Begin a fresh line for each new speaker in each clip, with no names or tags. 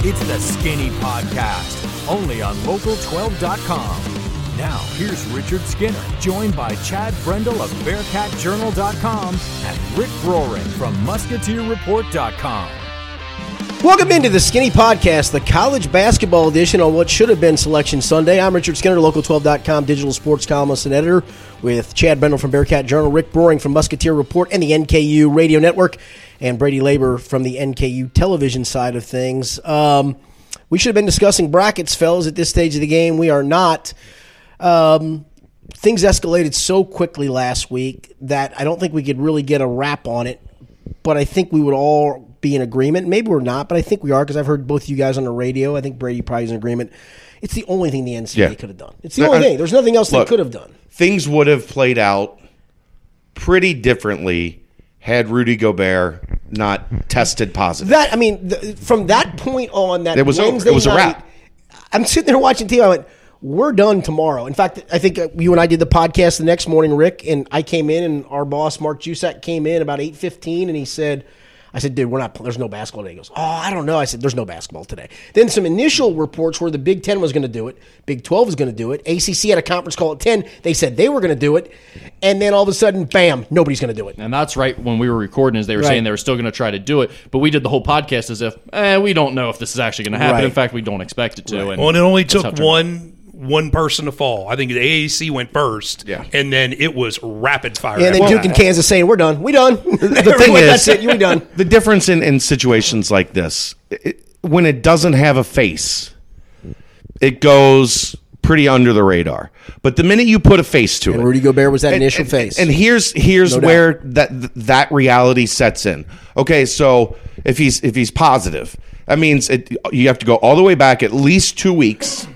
It's the Skinny Podcast, only on Local12.com. Now, here's Richard Skinner, joined by Chad Brendel of BearcatJournal.com and Rick Roaring from MusketeerReport.com.
Welcome into the Skinny Podcast, the college basketball edition on what should have been Selection Sunday. I'm Richard Skinner, Local12.com digital sports columnist and editor, with Chad Brendel from Bearcat Journal, Rick Broering from Musketeer Report and the NKU Radio Network, and Brady Labor from the NKU television side of things. Um, we should have been discussing brackets, fellas, at this stage of the game. We are not. Um, things escalated so quickly last week that I don't think we could really get a wrap on it but I think we would all be in agreement. Maybe we're not, but I think we are because I've heard both you guys on the radio. I think Brady probably is in agreement. It's the only thing the NCAA
Yeah.
could have done. It's the
No,
only
I-
thing. There's nothing else
look,
they could have done.
Things would have played out pretty differently had Rudy Gobert not tested positive.
That I mean, th- from that point on, that
It was over.
Wednesday
It was a
night,
wrap.
I'm sitting there watching TV. I went, "We're done tomorrow." In fact, I think uh, you and I did the podcast the next morning, Rick, and I came in, and our boss Mark Jusak came in about eight fifteen, and he said. I said, dude, we're not. There's no basketball today. He goes, oh, I don't know. I said, there's no basketball today. Then some initial reports were the Big Ten was going to do it, Big Twelve was going to do it, ACC had a conference call at ten. They said they were going to do it, and then all of a sudden, bam, nobody's going to do it.
And that's right when we were recording, as they were
Right.
saying they were still going to try to do it. But we did the whole podcast as if, eh, we don't know if this is actually going to happen.
Right.
In fact, we don't expect it to. And
Well, and it only
that's how
took
it turned out.
one one person to fall. I think the AAC went first,
Yeah.
and then it was rapid fire.
And then
after
Duke and
that.
Kansas saying, we're done, we done. the
thing is-
that's it, you done.
the difference in, in situations like this, it, when it doesn't have a face, it goes pretty under the radar. But the minute you put a face to it,
Rudy Gobert was that
and-
initial
and-
face.
And here's here's
No doubt.
where that that reality sets in. Okay, so if he's if he's positive, that means it, you have to go all the way back at least two weeks.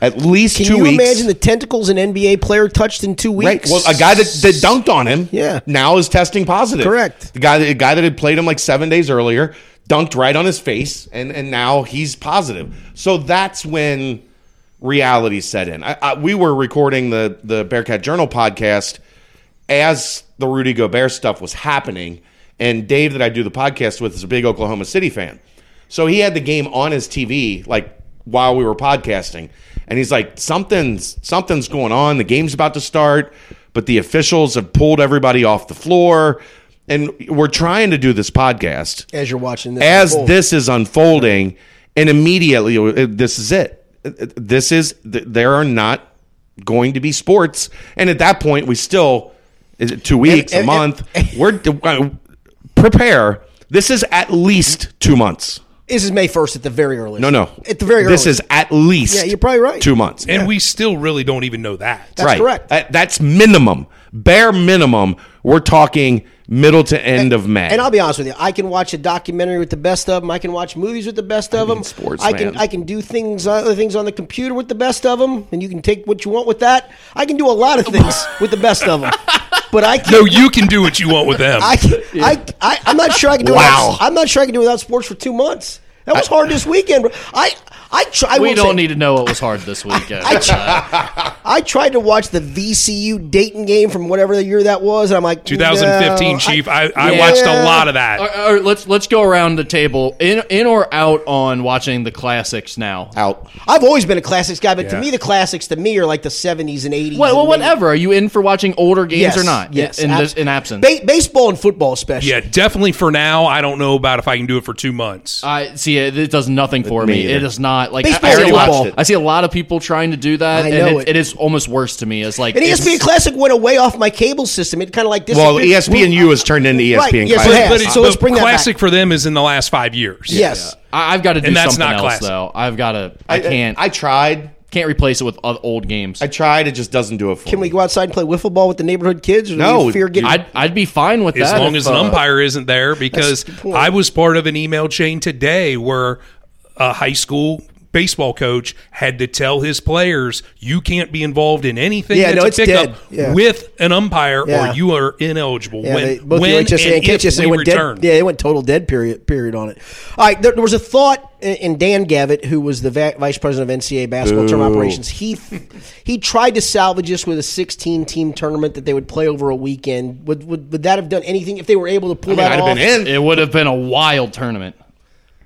At least
Can
two
you
weeks.
imagine the tentacles an NBA player touched in two
Right.
weeks?
Well, a guy that, that dunked on him,
Yeah.
now is testing positive.
Correct.
The guy, the guy that had played him like seven days earlier, dunked right on his face, and and now he's positive. So that's when reality set in. I, I, we were recording the the Bearcat Journal podcast as the Rudy Gobert stuff was happening, and Dave that I do the podcast with is a big Oklahoma City fan, so he had the game on his TV like while we were podcasting and he's like something's something's going on the game's about to start but the officials have pulled everybody off the floor and we're trying to do this podcast
as you're watching this,
as
unfold.
this is unfolding and immediately uh, this is it Uh, uh, this is th- there are not going to be sports and at that point we still is it two weeks
and-
a month we're uh, prepare this is at least two months
this is May 1st at the very earliest.
no, no.
At the very
This
earliest.
is at least.
Yeah, you're probably right.
Two months.
and we still really don't even know that.
That's correct.
That- that's minimum, bare minimum. We're talking middle to end of May.
And I'll be honest with you, I can watch a documentary with the best of them. I can watch movies with the best of them.
sports,
I can
man.
I can do things uh, other things on the computer with the best of them, and you can take what you want with that. I can do a lot of things with the best of them, but I can't.
No, you can do what you want with them.
I, can, I, I, I'm not sure I can do.
Wow.
Without, I'm not sure I can do without sports for two months. That was hard this weekend. bro. I, I, try, I
we
will
don't
say-
need to know what was hard this weekend.
I tried to watch the VCU Dayton game from whatever year that was, and I'm like,
2015,
no,
Chief. I, I watched a lot of that.
All right, all right, let's let's go around the table in in or out on watching the classics now.
out.
I've always been a classics guy, but to
Yeah.
me, the classics to me are like the 70s and 80s.
Well, well,
and maybe-
whatever. Are you in for watching older games
Yes,
or not?
Yes,
in, in, this,
abs-
in absence.
Ba- baseball and football, especially.
Yeah, definitely for now. I don't know about if I can do it for two months.
I see it, it does nothing for
Me
me.
either.
It is not like I-
Baseball
I, see
and
a
football.
lot, I see a lot of people trying to do that,
I
and
know it.
it, it is almost worse to me. It's like
And E
it's-
ESPN Classic went away off my cable system. It kind of like this.
Well,
E
E ESPNU has turned into E
Right,
ESPN.
yes, it
Classic.
has.
it-
so let's bring that back.
classic for them is in the last five years.
Yes.
I, I've got to do
And that's
something
not
else
classic.
though. I've got to. I can't.
I,
I
tried.
can't replace it with o- old games.
I tried. It just doesn't do it for
Can we
me.
go outside and play wiffle ball with the neighborhood kids? Or do
No,
we fear getting.
I'd, I'd be fine with
as
that.
long
if,
as an
uh,
umpire isn't there because
That's a good point.
I was part of an email chain today where a high school baseball coach had to tell his players you can't be involved in anything
Yeah,
that's
no,
a
it's dead.
pickup
Yeah.
with an umpire
Yeah.
or you are ineligible
Yeah,
when,
they, both
when
the HSA
and,
and
if
KHSA
we
went
return.
dead. Yeah, they went total dead period period on it. All right, there, there was a thought in- in Dan Gavitt, who was the va- vice president of NCAA basketball tournament operations. He he tried to salvage this with a 16 team tournament that they would play over a weekend. Would would, would that have done anything if they were able to pull
I mean,
that
I'd
off?
have been in.
it would have been a wild tournament.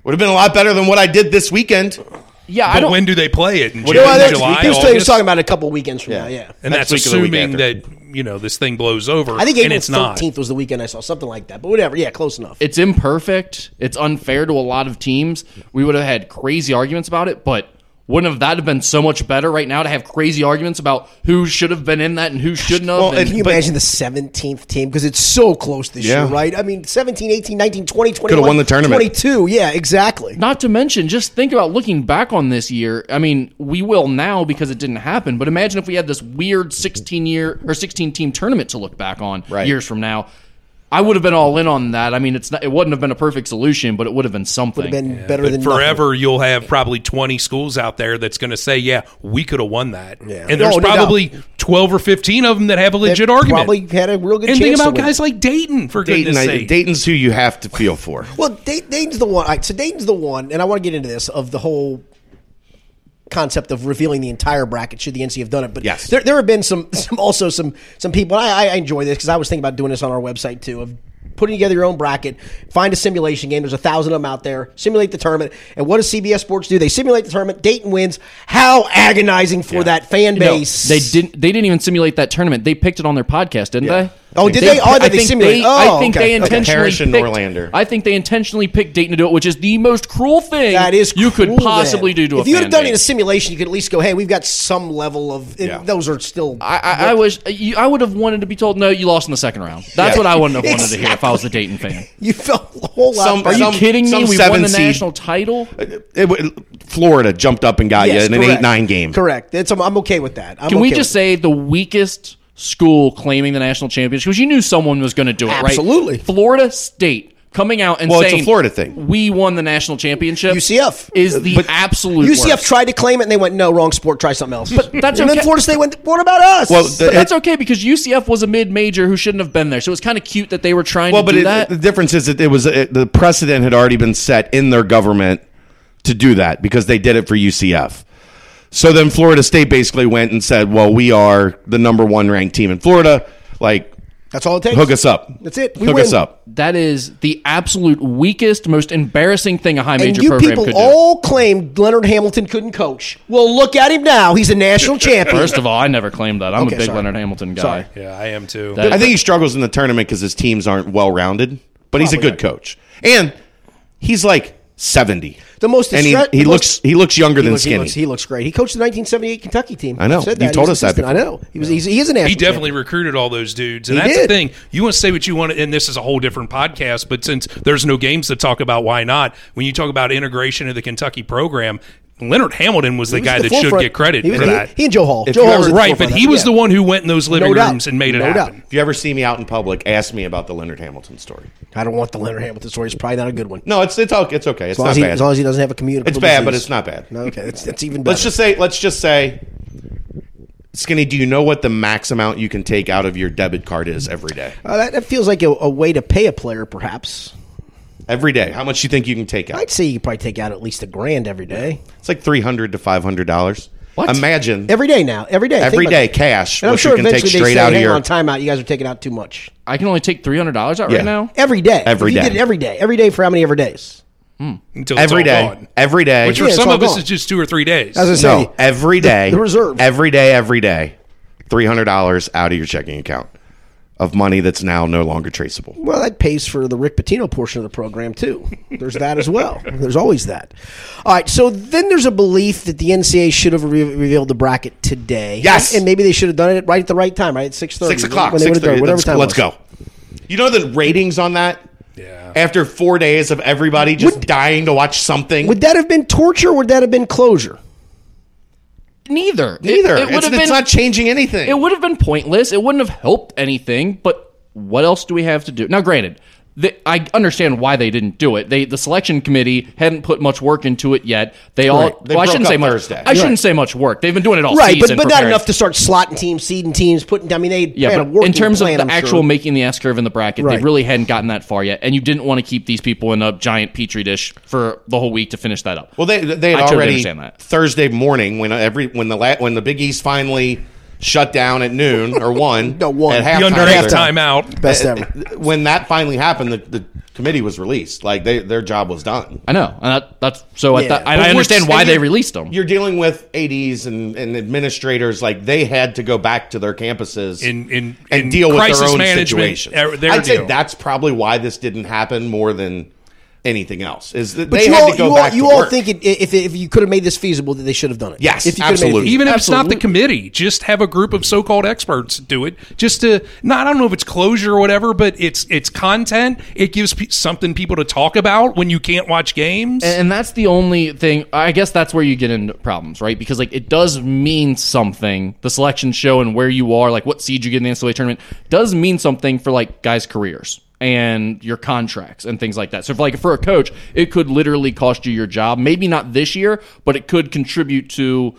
Would have been a lot better than what I did this weekend.
Yeah, I
But
don't.
when do they play it? In June,
do I-
Well, that's-
July,
he was, he was
August?
talking about a couple weekends from now. Yeah,
and
Next
that's
week or the week
assuming
after.
that you know this thing blows over.
I think
and
April
it's not.
thirteenth was the weekend I saw something like that. But whatever. Yeah, close enough.
it's imperfect. It's unfair to a lot of teams. We would have had crazy arguments about it, but wouldn't have that have been so much better right now to have crazy arguments about who should have been in that and who shouldn't have?
Well,
and-
Can you
but-
imagine the 17th team? Because it's so close this
Yeah.
year, right? I mean, 17, 18, 19, 20, 21,
won the tournament.
22. Yeah, exactly.
Not to mention, just think about looking back on this year. I mean, we will now because it didn't happen, but imagine if we had this weird 16 year or 16 team tournament to look back on
Right.
years from now. I would have been all in on that. I mean, it's not, it wouldn't have been a perfect solution, but it would have been something.
Been better
But
than
forever, you'll have probably 20 schools out there that's going to say, yeah, we could have won that.
Yeah.
And there's
No, no doubt.
probably 12 or 15 of them that have a
nothing.
legit
They
argument.
Probably had a real good
and
chance.
think
to
about
win.
guys like Dayton, for
Dayton,
goodness
I,
sake.
Dayton's who you have to feel for.
Well, Day- Dayton's the one. all right, So Dayton's the one, and I want to get into this of the whole concept of revealing the entire bracket should the NC have done it. But
Yes.
there, there have been some, some also some some people. And I, I enjoy this because I was thinking about doing this on our website too of putting together your own bracket. Find a simulation game. There's a thousand of them out there. Simulate the tournament. And what does CBS Sports do? They simulate the tournament. Dayton wins. How agonizing for that fan
No,
base.
they didn't. They didn't even simulate that tournament. They picked it on their podcast, didn't
Yeah.
they?
Oh, did they? Oh, I thought they
think
simulated- oh,
I think
okay,
they
okay.
intentionally.
Parrish and
picked,
Norlander.
I think they intentionally picked Dayton to do it, which is the most cruel thing
That is
you could
cruel, then.
possibly do to
if
a
you
fan
have done it in a
base.
simulation, you could at least go, "Hey, we've got some level of." and
Yeah.
Those are still.
I, I, I wish uh, you, I would have wanted to be told no, you lost in the second round. That's
Yeah.
what I wouldn't have wanted to hear if I was a Dayton fan.
You felt a whole lot.
Some-
better.
Are
some-
you kidding me? We won
seven
the
seed. Uh,
national title.
It w- Florida jumped up and got
Yes,
you in an
correct.
eight nine game.
Correct. It's, I'm, I'm okay with that. I'm
Can we
okay
just
with
say the weakest school claiming the national championship? Because you knew someone was going to do it, right?
Absolutely.
Florida State coming out and
Well, it's a
saying
Florida thing.
We won the national championship.
UCF.
is the absolute
UCF
worst.
tried to claim it and they went, no, wrong sport. Try something else. But
that's
and then
okay.
Florida State went, what about us?
Well, the-
But that's
it-
okay because UCF was a mid-major who shouldn't have been there, so it's kind of cute that they were trying
Well,
to
but
do
it,
that.
the difference is that it was it, the precedent had already been set in their government to do that because they did it for UCF. So then Florida State basically went and said, "Well, we are the number one ranked team in Florida. Like,
that's all it takes.
hook us up.
That's it. We
hook
win.
us up."
that is the absolute weakest, most embarrassing thing a high
And
major
you
program
people
could do.
all claimed Leonard Hamilton couldn't coach. Well, look at him now. He's a national champion.
First of all, I never claimed that. I'm
Okay,
a big
sorry.
Leonard Hamilton guy.
Sorry.
yeah, I am too.
That-
I think he struggles in the tournament because his teams aren't well rounded, but he's a good coach, and he's like seventy.
The most
and he,
distra-
he
the
looks
most-
he looks younger
he
than
looks, he
skinny.
looks- he looks great. He coached the 1978 Kentucky team.
I know.
I've said
You
that.
told
He's
us that
assistant. I know. He was. He's, he is a national.
He definitely
champion.
recruited all those dudes. And
He
that's
did.
the thing. You want to say what you want, and this is a whole different podcast, but since there's no games to talk about, why not? When you talk about integration of the Kentucky program, Leonard Hamilton was the
He was
guy
at the
that should
forefront.
get credit
He was-
for
he-
that.
He and Joe Hall.
If
Joe
you
Hall
ever-
was at the
right,
forefront
but
of
he
that.
was
Yeah.
the one who went in those living
No doubt.
rooms and made it
No
happen.
doubt.
If you ever see me out in public, ask me about the Leonard Hamilton story.
I don't want the Leonard Hamilton story. It's probably not a good one.
No, it's it's okay. It's okay.
as
It's
long,
not
as he,
bad.
as long as he doesn't have a community.
It's bad, but it's not bad.
No, okay, that's, that's even better.
Let's just say, let's just say, Skinny, do you know what the max amount you can take out of your debit card is every day?
Uh, that, that feels like a, a way to pay a player, perhaps.
Every day, how much you think you can take
I'd
out?
say you could probably take out at least a grand every day.
It's like three hundred to five hundred dollars.
What?
Imagine
Every day now, every day,
Every
Think about
day,
that.
cash,
And I'm
which
sure
you can take
eventually they
straight
say,
out of
"Hang
your.
on timeout. You guys are taking out too much
I can only take three hundred dollars out
Yeah.
right now.
every day.
Every
if you
day.
did it every day, every day for how many every days?
Until it's
Every
all
day,
gone.
every day.
Which
Yeah,
for
it's
some
all
of us
gone.
is just two or three days.
I was gonna
no,
say,
every day.
the, the reserve.
Every day, every day, three hundred dollars out of your checking account of money that's now no longer traceable.
Well, that pays for the Rick Pitino portion of the program too. There's that as well. There's always that. All right. So then there's a belief that the NCAA should have re- revealed the bracket today.
Yes.
and maybe they should have done it right at the right time, right at six thirty,
Six o'clock.
when they would
Six
have done
thirty.
it, whatever
Let's,
time. it
let's
was.
go. You know the ratings on that.
Yeah.
After four days of everybody just dying to watch something,
Would that have been torture? or Would that have been closure?
Neither. It-
either
It, would
it's,
have
it's
been.
not changing anything.
it would have been pointless. It wouldn't have helped anything. But what else do we have to do? Now, granted, the, I understand why they didn't do it. They the selection committee hadn't put much work into it yet. They all.
Right. They
well, I
broke
shouldn't
up
say much.
Thursday.
I shouldn't say much work. They've been doing it all
Right, but,
season.
but not
preparing.
enough to start slotting teams, seeding teams, putting. I mean, they had
Yeah,
a
but
working
in terms
plan,
of
I'm
the
sure.
actual making the S curve in the bracket,
Right.
they really hadn't gotten that far yet, and you didn't want to keep these people in a giant petri dish for the whole week to finish that up.
Well, they they had
I totally
already
understand that.
Thursday morning when every when the la- when the Big East finally shut down at noon or one.
No, one.
At
The
halftime.
under
rather.
half timeout.
Best ever.
When that finally happened, the, the committee was released. Like they, their job was done.
I know. And that, that's so.
Yeah.
I, thought,
But
and I
we're-
understand why
and
they
you're-
released them.
You're dealing with ads and, and administrators. Like they had to go back to their campuses
In- in-
and
in
deal with their
crisis
own
management,
situation.
er, their
I'd say
deal.
that's probably why this didn't happen more than anything else. Is that
But
they
you
had
all,
to go
you all,
back.
you
to
all
work.
think it, if, if you could have made this feasible, that they should have done it.
Yes,
if you could have made it
absolutely.
feasible.
Even if it's not the
Absolutely.
committee, just have a group of so-called experts do it. Just to not, I don't know if it's closure or whatever, but it's it's content. It gives pe- something people to talk about when you can't watch games.
And, and that's the only thing. I guess that's where you get into problems, right? Because like it does mean something. The selection show and where you are, like what seed you get in the NCAA tournament, does mean something for like guys' careers and your contracts and things like that. So, if, like for a coach, it could literally cost you your job. Maybe not this year, but it could contribute to.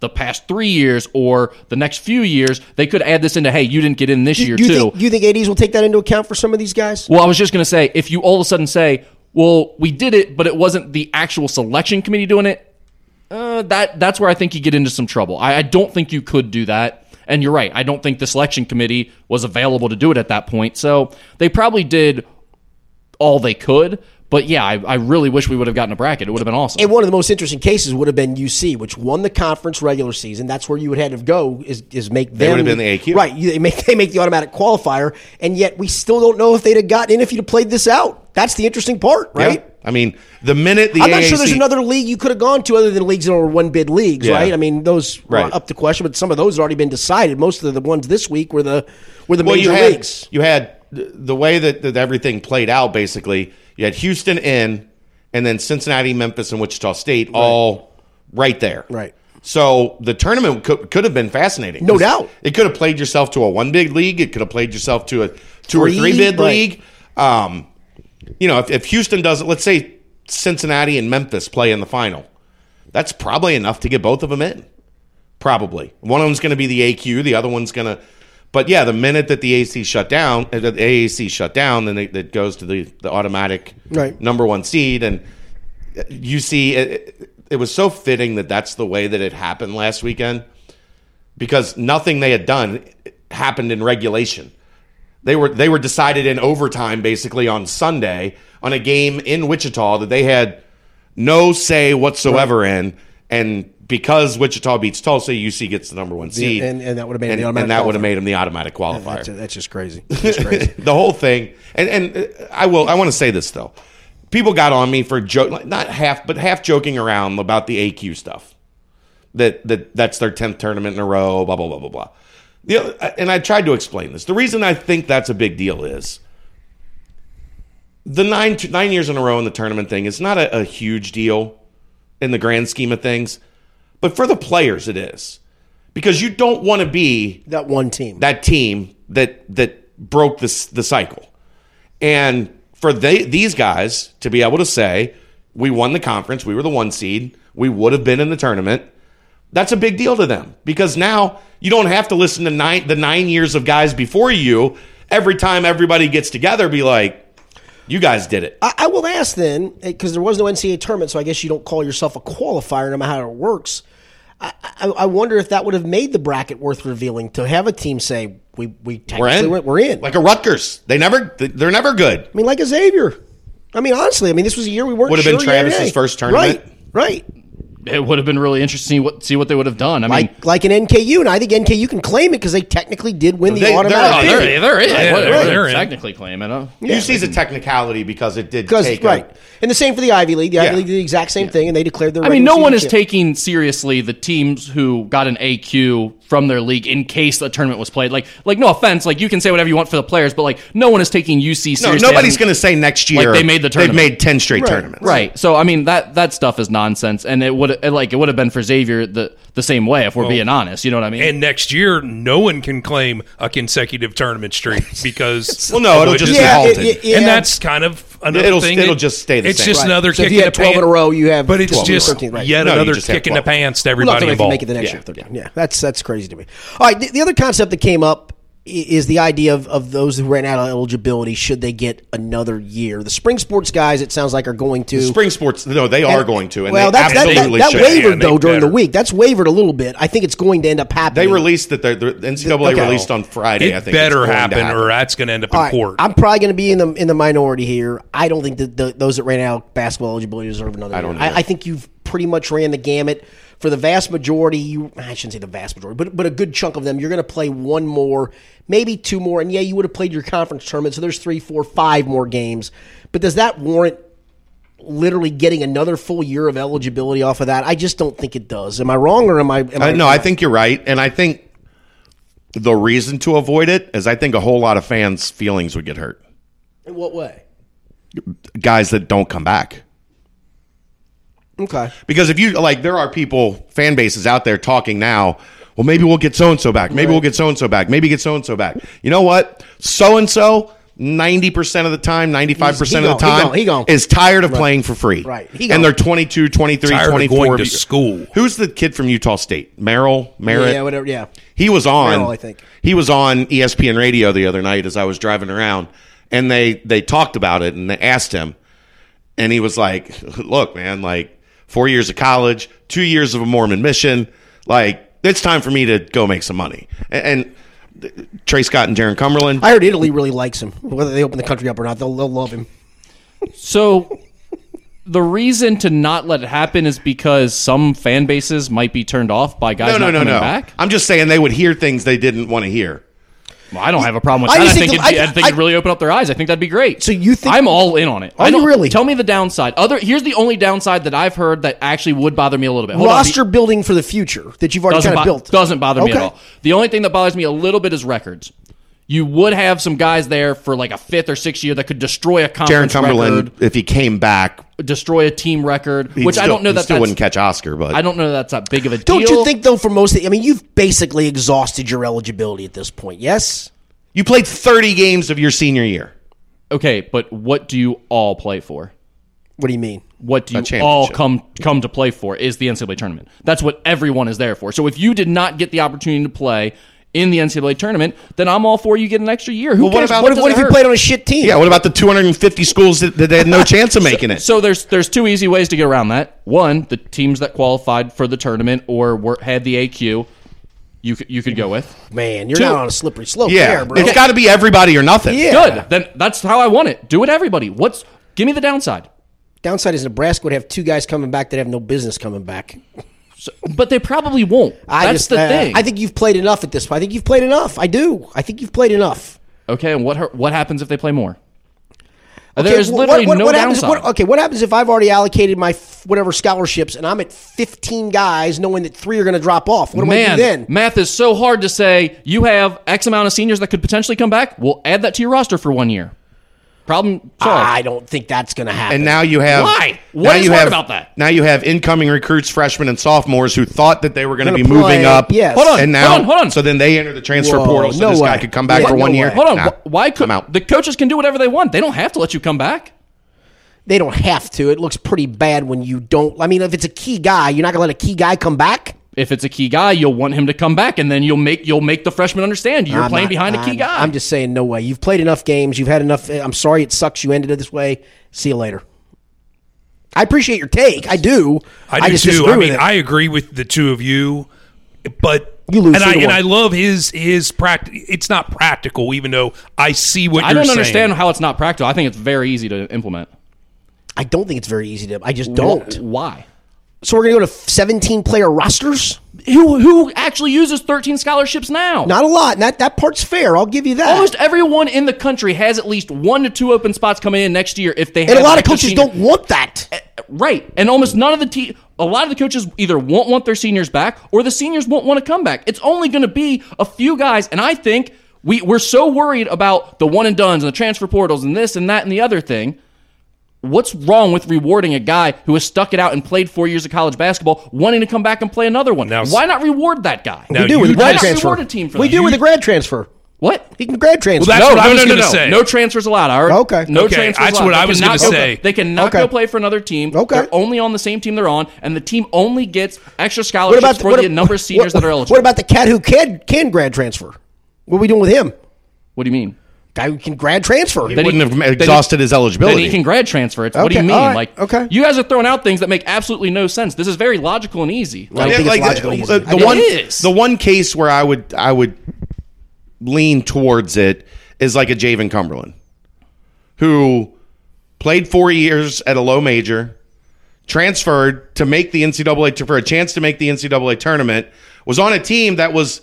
The past three years or the next few years, they could add this into. Hey, you didn't get in this
Do
year
you
too.
think, do you think ADs will take that into account for some of these guys?
Well, I was just going to say, if you all of a sudden say, "Well, we did it, but it wasn't the actual selection committee doing it," uh, that that's where I think you get into some trouble. I, I don't think you could do that. And you're right. I don't think the selection committee was available to do it at that point. So they probably did all they could. But yeah, I, I really wish we would have gotten a bracket. It would have been awesome.
And one of the most interesting cases would have been UC, which won the conference regular season. That's where you would had to go is, is make them.
would have been the AQ.
right? You, they make they make the automatic qualifier, and yet we still don't know if they'd have gotten in if you'd have played this out. That's the interesting part,
Yeah.
right?
I mean, the minute the
I'm not sure there's
AAC
another league you could have gone to other than leagues that are one bid leagues,
Yeah.
right? I mean, those are
Right.
up to question, but some of those had already been decided. Most of the ones this week were the were the major
you had,
leagues.
You had th- the way that, that everything played out. Basically, you had Houston in, and then Cincinnati, Memphis, and Wichita State all right there.
Right.
So the tournament could, could have been fascinating.
No
It was-
doubt.
It could have played yourself to a one big league. It could have played yourself to a two or
Three,
three bid
right.
league. Um, you know, if, if Houston does it, let's say Cincinnati and Memphis play in the final. That's probably enough to get both of them in. Probably. One of them's going to be the AQ, the other one's going to. But yeah, the minute that the AC shut down, uh, the AAC shut down, then it, it goes to the, the automatic
Right.
number one seed. And uh, you see, it, it- it was so fitting that that's the way that it happened last weekend because nothing they had done happened in regulation. They were they were decided in overtime basically on Sunday on a game in Wichita that they had no say whatsoever in, and because Wichita beats Tulsa, UC gets the number one seed,
and- and that would've made
and,
the automatic
and that would
qualifier.
have made him the automatic qualifier
That's, that's just crazy. That's just crazy.
the whole thing. And and uh, I will. I want to say this though. People got on me for joke, not half, but half joking around about the AQ stuff. That that that's their tenth tournament in a row. Blah blah blah blah blah. The other, and I tried to explain this. The reason I think that's a big deal is the nine nine years in a row in the tournament thing is not a, a huge deal in the grand scheme of things, but for the players it is because you don't want to be
that one team.
that team that that broke this the cycle. And for they these guys to be able to say, we won the conference, we were the one seed, we would have been in the tournament. That's a big deal to them because now you don't have to listen to nine the nine years of guys before you every time everybody gets together be like, you guys did it.
I, I will ask then, because there was no NCAA tournament, so I guess you don't call yourself a qualifier, no matter how it works. I, I, I wonder if that would have made the bracket worth revealing to have a team say we we
We're
technically
in.
went- we're in.
Like a Rutgers. They never they're never good.
I mean, like a Xavier. I mean, honestly, I mean, this was a year we weren't.
Would have
sure
been Travis's
yet, eh?
first tournament.
right? Right.
it would have been really interesting what see what they would have done. I mean,
Like like an NKU, and I think NKU can claim it because they technically did win the
They- they're
automatic.
out
bid.
Oh, there.
they're, they're in.
Yeah,
Whatever.
they're
They're
in.
technically claiming it.
UC's a technicality because it did
Because
take a-
right, and the same for the Ivy League. The Ivy
Yeah.
League did the exact same thing, and they declared their.
I mean,
regular
no one is
season champ-
taking seriously the teams who got an AQ from their league in case the tournament was played. Like, like no offense, like you can say whatever you want for the players, but like no one is taking UC
No,
seriously.
nobody's
And-
going to say next
Like,
year
they made the tournament.
They've made ten straight tournaments.
right. So I mean that that stuff is nonsense, and it would it, like it would have been for Xavier the the same way if we're being honest. You know what I mean?
And next year, no one can claim a consecutive tournament streak because
Well, no, it'll
Which
just
is-
be
Yeah,
halted.
it- it-
and that's kind of another
It'll-
thing.
it'll
that-
just stay the
it's
same.
just
Right.
another
So if
kick
you
in
had
the
12
pants.
in a row, you have
but it's
12 in a row.
just
13, right.
yet
No, you
another
just have
kick in the
12.
pants to
Well,
everybody
not if you
involved.
make it the next
Yeah.
year. 13. Yeah, that's that's crazy to me. All right, the, the other concept that came up i- is the idea of, of those who ran out of eligibility should they get another year. The spring sports guys, it sounds like, are going to.
Spring sports, no, they are going to, and
well,
they
that's, that- that-
absolutely
that,
should.
waiver-
wavered
Yeah,
though
they
during the
better.
week. That's wavered a little bit. I think it's going to end up happening.
they released that they're, the NCAA
Okay.
released on Friday. I
It
think
better
it's going to
happen, or that's going to end up in
All right,
court.
I'm probably going to be in the in the minority here. I don't think that the, those that ran out of basketball eligibility deserve another. I
don't
I,
either.
I think you've pretty much ran the gamut for the vast majority. You, I shouldn't say the vast majority, but but a good chunk of them. You're going to play one more, maybe two more, and yeah, you would have played your conference tournament. So there's three, four, five more games. But does that warrant literally getting another full year of eligibility off of that? I just don't think it does. Am I wrong or am I? Am
I, Uh, no, I think you're right, and I think the reason to avoid it is I think a whole lot of fans' feelings would get hurt.
in what way?
Guys that don't come back.
Okay.
Because if you like, there are people, fan bases out there talking now. Well, maybe we'll get so and so back. Maybe we'll get so and so back. Maybe get so and so back. You know what? So and so, ninety percent of the time, ninety five percent of the
He gone, he
time,
gone, he gone.
is tired of playing for free.
Right. He gone.
And they're 22, 23,
Tired of
24.
going to school.
Who's the kid from Utah State? Merrill. Merritt.
Yeah. Whatever. Yeah.
He was on.
Merrill, I think.
he was on E ESPN radio the other night as I was driving around, and they they talked about it and they asked him, and he was like, "Look, man, like four years of college, two years of a Mormon mission, like it's time for me to go make some money." And, and Trey Scott and Darren Cumberland,
I heard Italy really likes him. Whether they open the country up or not, they'll, they'll love him.
So the reason to not let it happen is because some fan bases might be turned off by guys
no, no,
not
no,
coming
no.
back.
I'm just saying they would hear things they didn't want to hear.
Well, I don't have a problem with
I
that. I
just
think,
think-
it'd be,
I-
I, think it'd
I-
really open up their eyes. I think that'd be great.
So you think-
I'm all in on it?
Are
I
you
don't-
really?
Tell me the downside. Other here's the only downside that I've heard that actually would bother me a little bit. Hold on,
Roster
be-
building for the future that you've already
doesn't,
kind of
bo-
built
doesn't bother me at
Okay.
all. The only thing that bothers me a little bit is records. You would have some guys there for like a fifth or sixth year that could destroy a
Darren
conference
Cumberland,
record,
if he came back,
destroy a team record,
he'd
which I
still-
don't know
he
that
still
that's,
wouldn't catch Oscar, but
I don't know that's that big of a deal.
Don't you think though? For most, of, I mean, you've basically exhausted your eligibility at this point. Yes.
you played 30 games of your senior year.
Okay, but what do you all play for?
What do you mean?
What do you
championship.
all come come to play for? Is the NCAA tournament? That's what everyone is there for. So if you did not get the opportunity to play in the NCAA tournament, then I'm all for you get an extra year. Who
Well, what
cares?
about-
What if,
does
what
it
if you
hurt?
played on a shit team?
Yeah, what about the 250 schools that, that had no chance of making it?
So there's there's two easy ways to get around that. One, the teams that qualified for the tournament or were, had the AQ, you could, you could go with.
man, you're
Two.
not on a slippery slope
yeah,
there, bro.
it's got to be everybody or nothing.
Yeah.
Good. Then that's how I want it. Do it everybody. What's give me the downside?
Downside is Nebraska would have two guys coming back that have no business coming back.
But they probably won't.
I
that's
just,
the
uh,
thing.
I think you've played enough at this point. I think you've played enough. I do. I think you've played enough.
Okay, and what hurt- what happens if they play more?
Okay,
There's
wh- what-
literally
what-
no
what happens,
downside.
what- okay, what happens if I've already allocated my f- whatever scholarships and I'm at 15 guys, knowing that three are going to drop off? What do I
Man,
do then?
math is so hard to say. You have X amount of seniors that could potentially come back. We'll add that to your roster for one year. Problem solved.
I don't think that's going to happen.
And now you have
Why?
now
What is
you
hard
have-
about that?
Now you have incoming recruits, freshmen and sophomores who thought that they were going to
Gonna
be
play,
moving up.
yes.
Hold on,
and now
hold on, hold on.
so then they enter the transfer
Whoa,
portal, so
no
this
way.
guy could come back
Yeah,
for one
no
year.
way.
Hold on.
Nah,
wh- why could
I'm out.
the coaches can do whatever they want? They don't have to let you come back.
they don't have to. It looks pretty bad when you don't. I mean, if it's a key guy, you're not going to let a key guy come back.
If it's a key guy, you'll want him to come back, and then you'll make you'll make the freshman understand you're
I'm
playing
not-
behind a key
I'm-
guy.
I'm just saying, no way. You've played enough games. You've had enough. eh, I'm sorry it sucks you ended it this way. See you later. I appreciate your take. I do.
I do
just
too.
disagree
I
with
mean,
it.
I agree with the two of you, but
You lose
And
two
I
to
and
one.
I love his his practice. It's not practical, even though I see what
I
you're
don't
saying.
understand how it's not practical. I think it's very easy to implement.
I don't think it's very easy to. I just don't.
Why?
So we're going to go to 17 player rosters.
Who who actually uses 13 scholarships now?
Not a lot. And that that part's fair. I'll give you that.
Almost everyone in the country has at least one to two open spots coming in next year if they
and
have
a lot of
like, the
coaches
senior-
don't want
Uh,
that.
Right. And almost none of the te- a lot of the coaches either won't want their seniors back or the seniors won't want to come back. It's only going to be a few guys and I think we we're so worried about the one and done's and the transfer portals and this and that and the other thing. What's wrong with rewarding a guy who has stuck it out and played 4 years of college basketball wanting to come back and play another one?
Now-
Why not reward that guy?
Now,
we do with
you
a grad
just-
transfer.
reward a team for
we
that.
do
You-
with a grad transfer.
What?
He can grad transfer.
Well, that's
no,
what I
no,
was
no, no,
gonna
no.
say.
No transfers allowed. I already-
Okay.
No
Okay,
transfers
that's
allowed.
what
They
I was
cannot
gonna
go-
say.
They cannot
Okay.
go play for another team.
Okay.
They're only on the same team they're on, and the team only gets extra scholarships for the number of seniors
what-
that are
what-
eligible.
What about the cat who can can grad transfer? What are we doing with him?
What do you mean?
Guy who can grad transfer.
He wouldn't have exhausted his eligibility.
Then he can grad transfer. It's, What do you
Okay,
mean?
all right,
Like,
okay.
you guys are throwing out things that make absolutely no sense. This is very logical and easy.
I
Like,
don't
Yeah,
think it's
like,
logical.
the, the
It
one
is.
the one case where I would I would lean towards it is like a Javen Cumberland who played four years at a low major, transferred to make the NCAA to- for a chance to make the NCAA tournament, was on a team that was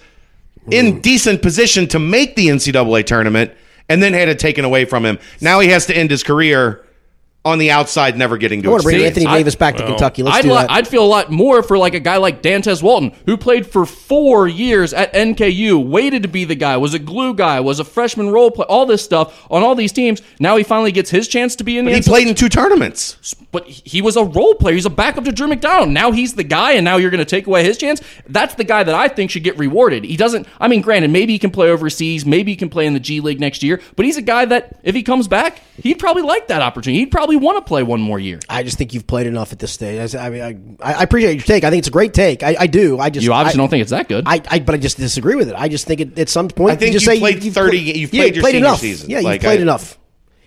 in decent position to make the NCAA tournament, and then had it taken away from him. Now he has to end his career on the outside, never getting to
I want to bring
See,
Anthony
I-
Davis back to Kentucky. Let's
I'd,
do
li-
that.
I'd feel a lot more for like a guy like Dantes Walton, who played for four years at NKU, waited to be the guy, was a glue guy, was a freshman role play, all this stuff on all these teams. Now he finally gets his chance to be in the
He
NCAA
played in two tournaments.
but he was a role player. He's a backup to Drew McDonald. Now he's the guy, and now you're going to take away his chance. That's the guy that I think should get rewarded. He doesn't. I mean, granted, maybe he can play overseas, maybe he can play in the G League next year. But he's a guy that if he comes back, he'd probably like that opportunity. He'd probably want to play one more year.
I just think you've played enough at this stage. I, I mean, I, I appreciate your take. I think it's a great take. I, I do. I just
You obviously
I-
don't think it's that good.
I, I, but I just disagree with it. I just think it, at some point,
I think
you just
you
say
played 30 you've
yeah,
played your senior
enough.
season.
Yeah,
Like,
you've played
I-
enough.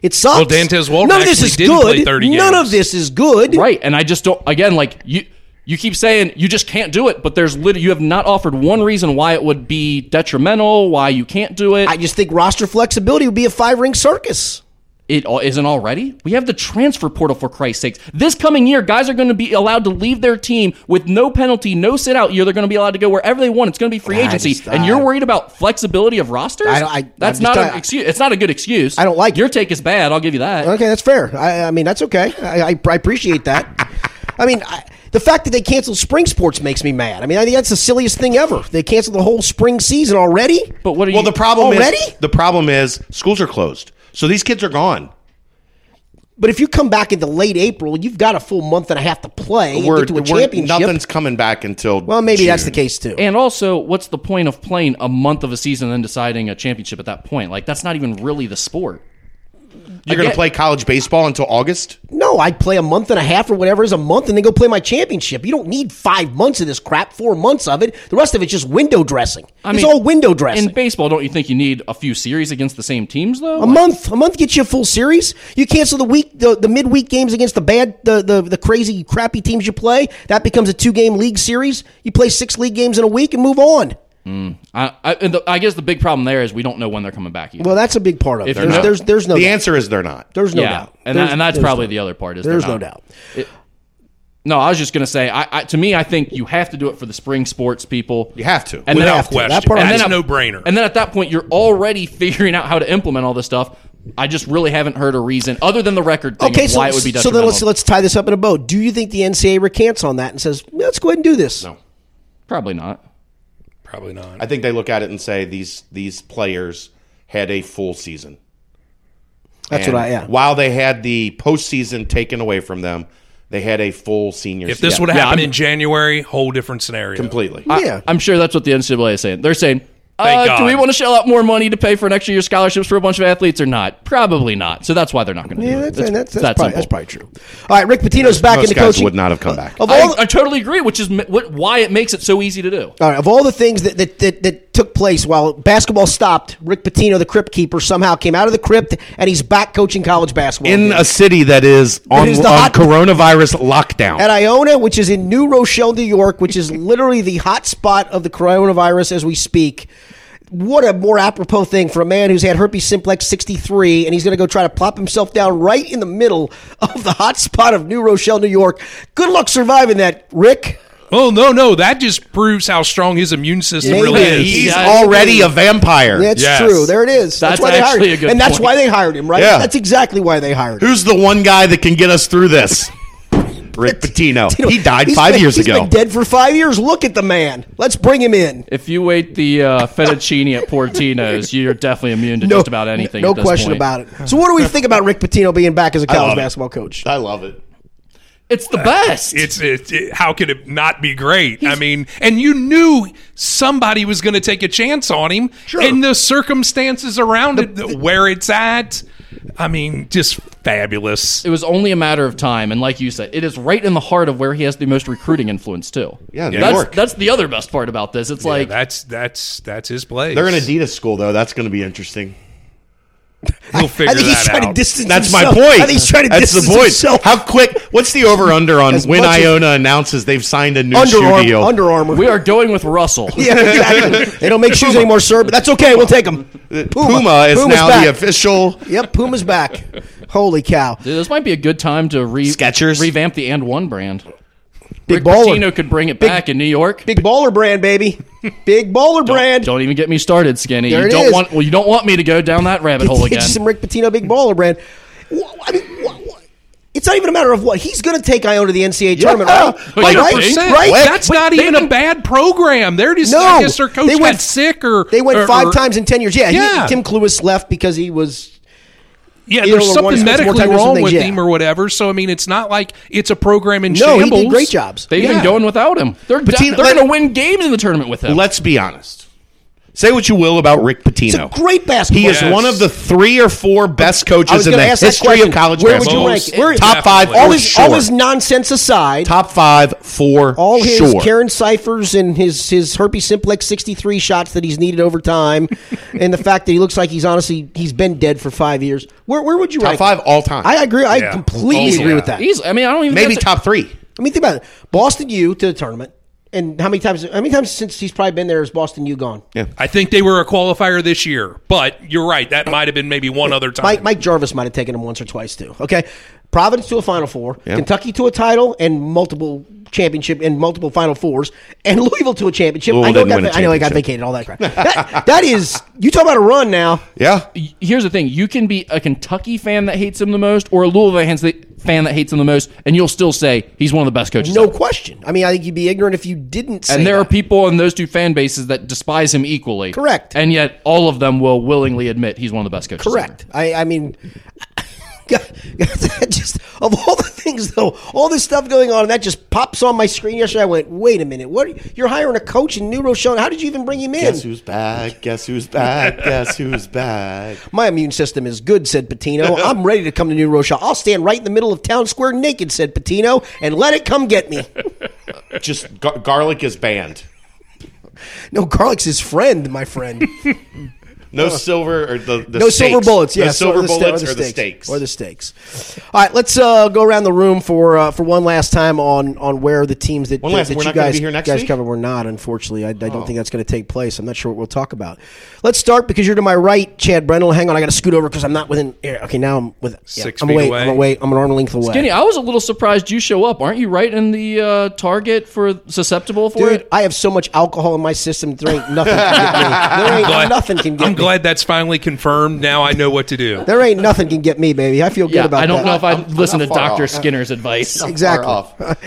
It sucks.
Well, Dantes Walton
None of this
actually
is
didn't
good.
play 30
None
games.
of this is good.
Right, and I just don't. Again, like you, you keep saying you just can't do it, but there's lit- you have not offered one reason why it would be detrimental, why you can't do it.
I just think roster flexibility would be a five ring circus.
It al- isn't already. We have the transfer portal for Christ's sakes. This coming year, guys are going to be allowed to leave their team with no penalty, no sit out year. They're going to be allowed to go wherever they want. It's going to be free
I
agency,
just-
and
I-
you're worried about flexibility of rosters.
I don't- I- I'm
That's
just
not an
trying-
excuse. It's not a good excuse.
I don't like it.
your take is bad. I'll give you that.
Okay, that's fair. I, I mean, that's okay. I, I, I appreciate that. I mean, I, the fact that they canceled spring sports makes me mad. I mean, I think that's the silliest thing ever. They canceled the whole spring season already.
But what are
Well,
you?
the problem
Already?
is the problem is schools are closed, so these kids are gone.
But if you come back into late April, you've got a full month and a half to play and
We're,
get to a
we're-
championship.
nothing's coming back until
well, maybe that's the
June.
case too.
And also, what's the point of playing a month of a season and then deciding a championship at that point? Like that's not even really the sport.
You're going to
Again-
play college baseball until August.
No, I'd play a month and a half or whatever is a month and then go play my championship. You don't need five months of this crap, four months of it. The rest of it's just window dressing. it's all window dressing.
In baseball, don't you think you need a few series against the same teams though?
a month, a month gets you a full series. You cancel the week, the, the midweek games against the bad, the, the the crazy, crappy teams you play. That becomes a two game league series. You play six league games in a week and move on.
I, I, and the, I guess the big problem there is we don't know when they're coming back. Either.
Well, that's a big part of it.
If
There's,
you're not-
there's there's no
the
doubt.
answer is they're not.
There's no
yeah,
doubt.
and,
There's-
that, and that's
there's
probably
no-
the other part. Is they're
There's no
not-
doubt.
No, I was just gonna say. I, I to me, I think you have to do it for the spring sports people.
You have to.
And then,
Without
at-
question.
That part I
and then
That's
at-
a no-brainer.
And then at that point, you're already figuring out how to implement all this stuff. I just really haven't heard a reason other than the record thing
Okay,
of
so,
why it would be
so
detrimental.
then let's let's tie this up in a bow. Do you think the NCAA recants on that and says, let's go ahead and do this? No.
Probably not.
Probably not.
I think they look at it and say these these players had a full season.
That's
And
what I yeah.
While they had the postseason taken away from them, they had a full senior.
If
season.
this would have
Yeah,
happened
I'm-
in January, whole different scenario.
completely,
yeah.
I'm sure that's what the NCAA is saying. They're saying,
Thank
uh, do
God.
we want to shell out more money to pay for an extra year scholarships for a bunch of athletes or not? Probably not. So that's why they're not going to
Yeah,
do
that's,
it.
and that's, that's,
that
probably,
simple.
that's probably true. All right, Rick Pitino's back
Most
into
guys
coaching.
would not have come back.
Of all,
I, I totally agree, which is m- what, why it makes it so easy to do.
all right, of all the things that, that, that, that took place while basketball stopped, Rick Pitino, the crypt keeper, somehow came out of the crypt and he's back coaching college basketball.
in
again.
a city that is on,
is the
on
hot-
coronavirus lockdown.
at Iona, which is in New Rochelle, New York, which is literally the hot spot of the coronavirus as we speak. What a more apropos thing for a man who's had herpes simplex 63 and he's going to go try to plop himself down right in the middle of the hot spot of New Rochelle, New York. Good luck surviving that, Rick.
Oh no, no, that just proves how strong his immune system
Maybe.
really is.
He's
Yeah.
already a vampire.
That's
Yes.
true. There it is. That's,
That's
why they hired
actually a
him.
good
And that's
point.
why they hired him, right?
Yeah.
That's exactly why they hired him.
Who's the one guy that can get us through this? Rick Pitino. He died
He's
five
been-
years
He's
ago.
been dead for five years. Look at the man. Let's bring him in.
If you wait the uh, fettuccine at Portino's, you're definitely immune to just about anything.
No
at this
question
point.
about it. So, what do we think about Rick Pitino being back as a college
love it.
basketball coach?
I love it.
It's the best.
It's it, it- how could it not be great? I mean, and you knew somebody was going to take a chance on him, and the circumstances around it, where it's at. I mean, just fabulous.
It was only a matter of time, and like you said, it is right in the heart of where he has the most recruiting influence too.
Yeah, New
that's
York.
that's the other best part about this. It's like
that's that's that's his place.
They're in Adidas school though. That's going to be interesting.
He'll figure
I think he's
that
trying
out.
to distance
That's my
himself.
point.
I think he's trying to
That's
distance
the point.
himself.
How quick? What's the over under on
As
when
much as-
Iona announces they've signed a new
Under
shoe
Armour.
deal?
Under Armour.
we are going with Russell.
yeah, exactly. They don't make shoes anymore, sir, but that's okay. We'll take them. Puma,
Puma, is
Puma's
now the
back.
official.
Yep, Puma's back. Holy cow.
Dude, this might be a good time to re-
Skechers.
revamp the and one brand.
Big
Rick
baller.
Pitino could bring it
Big-
back in New York.
Big baller brand, baby. Big baller brand.
Don't even get me started, Skinny.
There
you
it
don't
is.
want well, you don't want me to go down that rabbit hole
Get
again.
you some Rick Pitino big baller brand. Wha- I mean, wha- wha- it's not even a matter of what he's going to take Iona to the NCAA tournament, right?
Like,
right?
100%.
right?
That's not even a bad program. They're just
No,
I guess their coach
they went-
got sick or
They went
or-
five
or-
times in ten years. Yeah, he-
Yeah.
Tim Cluis left because he was.
Yeah,
you know,
there's
or one-
something
it's more
medically
technical
wrong
things,
with
yeah.
him or whatever. So I mean, it's not like it's a program in
No,
shambles.
he did great jobs.
They've
Yeah.
been going without him. They're
Pitino-
they're
let-
going to win games in the tournament with him.
Let's be honest. Say what you will about Rick
It's a
Pitino.
great basketball.
He is
Yes.
one of the three or four best
I was
coaches in
gonna
the
ask that
history
question.
of college
Where would
basketball.
you rank?
Most
Where,
Top five,
definitely.
all
for
his
sure.
all his nonsense aside,
top five for
all his
sure.
Karen Cyphers and his his herpes simplex sixty three shots that he's needed over time, and the fact that he looks like he's honestly he's been dead for five years. Where where would you
top
rank?
five all time.
I agree. I
Yeah.
completely
Oh,
agree
yeah.
with that.
Easily. I mean, I don't even
Maybe
that's-
top three.
I mean, think about it. Boston U to the tournament, and how many times? How many times since he's probably been there has Boston U gone?
Yeah.
I think they were a qualifier this year, but you're right. That might have been maybe one other time.
Mike, Mike Jarvis might have taken him once or twice too. Okay, Providence to a Final Four,
Yeah.
Kentucky to a title and multiple championship and multiple Final Fours, and Louisville to a championship.
Louisville
I know, it
didn't
got,
win a
I know, it got
championship.
vacated. All that crap. That- that is you talk about a run now.
Yeah.
here's the thing: you can be a Kentucky fan that hates him the most, or a Louisville fans that- fan that hates him the most, and you'll still say he's one of the best coaches.
No
ever.
question. I mean, I think you'd be ignorant if you didn't. Say
and there
that.
are people in those two fan bases that despise him equally.
Correct.
And yet, all of them will willingly admit he's one of the best coaches.
Correct. I, I mean, that just of all the things though, all this stuff going on, and that just pops on my screen yesterday. I went, wait a minute, what? You're hiring a coach in New Rochelle? How did you even bring him in?
Guess who's back? Guess who's back? Guess who's back?
my immune system is good," said Patino. "I'm ready to come to New Rochelle. I'll stand right in the middle of town square naked," said Patino, "and let it come get me."
Just gar- garlic is banned.
no, Garlic's his friend, my friend.
No silver or the, the
no
stakes.
silver bullets.
No
Yes,
silver
or the sta-
bullets or the stakes.
or the stakes. All right, let's uh, go around the room for uh, for one last time on on where the teams that,
One
that-
last-
that
we're
you
not gonna
guys
be here next
guys
week? Oh.
cover. We're not, unfortunately. I, I don't think that's going to take place. I'm not sure what we'll talk about. Let's start because you're to my right, Chad Brennel. Hang on, I got to scoot over because I'm not within. air. Okay, now I'm with. Yeah,
Six
I'm
feet
away,
away.
I'm away. I'm an arm length away.
Kenny, I was a little surprised you show up. Aren't you right in the uh, target for susceptible for
Dude,
it?
I have so much alcohol in my system. There ain't nothing. Can get me. There ain't nothing can get
I'm
me.
glad that's finally confirmed. Now I know what to do.
There ain't nothing can get me, baby. I feel good
yeah,
about.
I don't
that.
know if I'd listen to
not far
Doctor
off.
Skinner's advice.
exactly.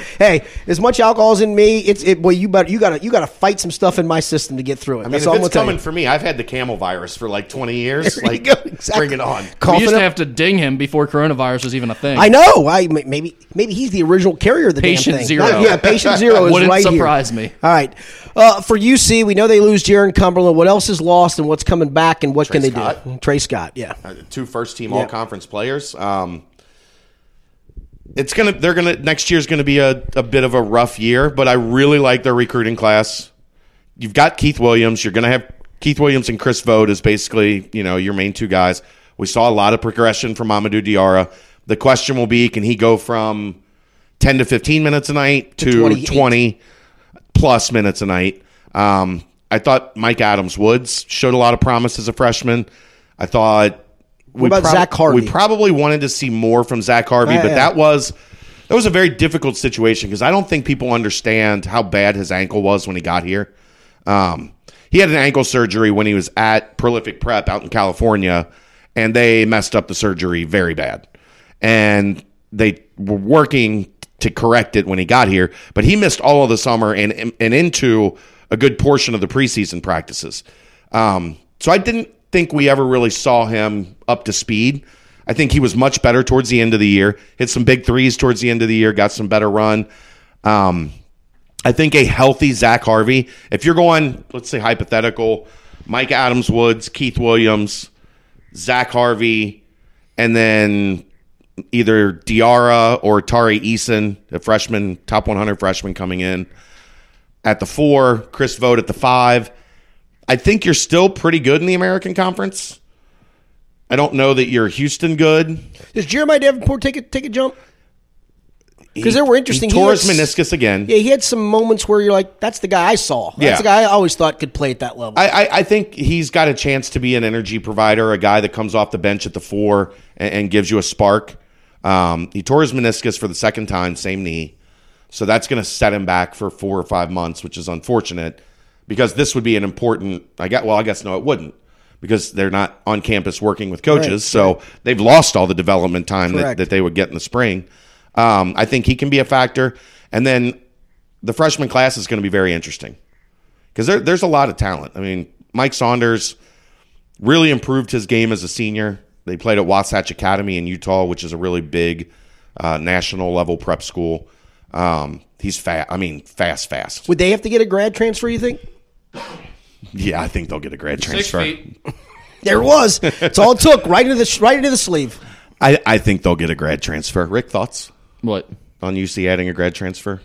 hey, as much alcohol's in me, it's it. Well, you better you gotta you gotta fight some stuff in my system to get through it.
I mean,
That's
if
all I'm
it's
gonna tell
coming
you.
for me, I've had the camel virus for like 20 years.
There you
Like,
go, exactly.
bring it on.
We used
Coughing
to
up-
have to ding him before coronavirus was even a thing.
I know. I m- maybe maybe he's the original carrier of the
Patient
damn thing.
zero.
yeah, patient zero is
Wouldn't
right here.
surprise me.
All right, uh, for UC, we know they lose Jaron Cumberland. What else is lost, and what's coming back, and what can they do?
Scott.
Trey Scott. Yeah,
Uh, two first team
Yeah.
all conference players. Um, it's gonna they're gonna next year's gonna be a, a bit of a rough year, but I really like their recruiting class. You've got Keith Williams, you're gonna have Keith Williams and Chris Vogt is basically, you know, your main two guys. We saw a lot of progression from Amadou Diarra. The question will be, can he go from ten to fifteen minutes a night to
28.
twenty plus minutes a night. Um, I thought Mike Adams Woods showed a lot of promise as a freshman. I thought we
about Zach Harvey?
We probably wanted to see more from Zach Harvey,
Yeah,
but
yeah.
that was that was a very difficult situation because I don't think people understand how bad his ankle was when he got here. Um, he had an ankle surgery when he was at Prolific Prep out in California, and they messed up the surgery very bad. And they were working to correct it when he got here, but he missed all of the summer and and into a good portion of the preseason practices. Um, so I didn't think we ever really saw him up to speed. I think he was much better towards the end of the year. Hit some big threes towards the end of the year. Got some better run. Um, I think a healthy Zach Harvey, if you're going, let's say hypothetical, Mike Adams Woods, Keith Williams, Zach Harvey, and then either Diarra or Tari Eason, a freshman, top 100 freshman coming in at the four, Chris Vote at the five. I think you're still pretty good in the American Conference. I don't know that you're Houston good.
Does Jeremiah Davenport take a take a jump? Because there were interesting.
He
he
tore
had
his
s-
meniscus again.
Yeah, he had some moments where you're like, "That's the guy I saw. That's
Yeah.
the guy I always thought could play at that level."
I, I, I think he's got a chance to be an energy provider, a guy that comes off the bench at the four and, and gives you a spark. Um, he tore his meniscus for the second time, same knee. So that's going to set him back for four or five months, which is unfortunate because this would be an important. I got well, I guess no, it wouldn't because they're not on campus working with coaches, so they've lost all the development time that,
Correct.
that they would get in the spring. Um, I think he can be a factor, and then the freshman class is going to be very interesting because there, there's a lot of talent. I mean, Mike Saunders really improved his game as a senior. They played at Wasatch Academy in Utah, which is a really big uh, national level prep school. Um, he's fast. I mean, fast, fast.
Would they have to get a grad transfer? You think?
Yeah, I think they'll get a grad transfer.
There it was. It's all it took right into the right into the sleeve.
I, I think they'll get a grad transfer. Rick, thoughts
What?
on UC adding a grad transfer?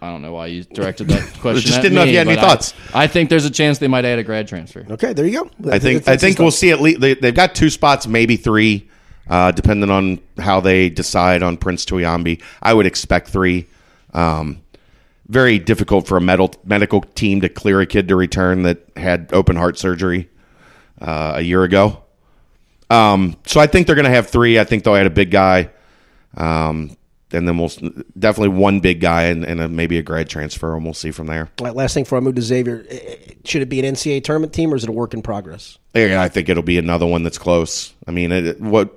I don't know why you directed that question.
just
at
didn't know if
me,
you had any
but I-
thoughts.
I, think there's a chance they might add a grad transfer.
Okay, there you go.
I think I think we'll see at least they, they've got two spots, maybe three, uh, depending on how they decide on Prince Tuyambi. I would expect three. Um, very difficult for a medal, medical team to clear a kid to return that had open heart surgery uh, a year ago. Um, so I think they're going to have three. I think they'll add a big guy, um, and then we'll s- definitely one big guy and, and a, maybe a grad transfer, and we'll see from there.
All right, last thing before I move to Xavier, eh, eh, should it be an NCAA tournament team or is it a work in progress?
Yeah, I think it'll be another one that's close. I mean, it, what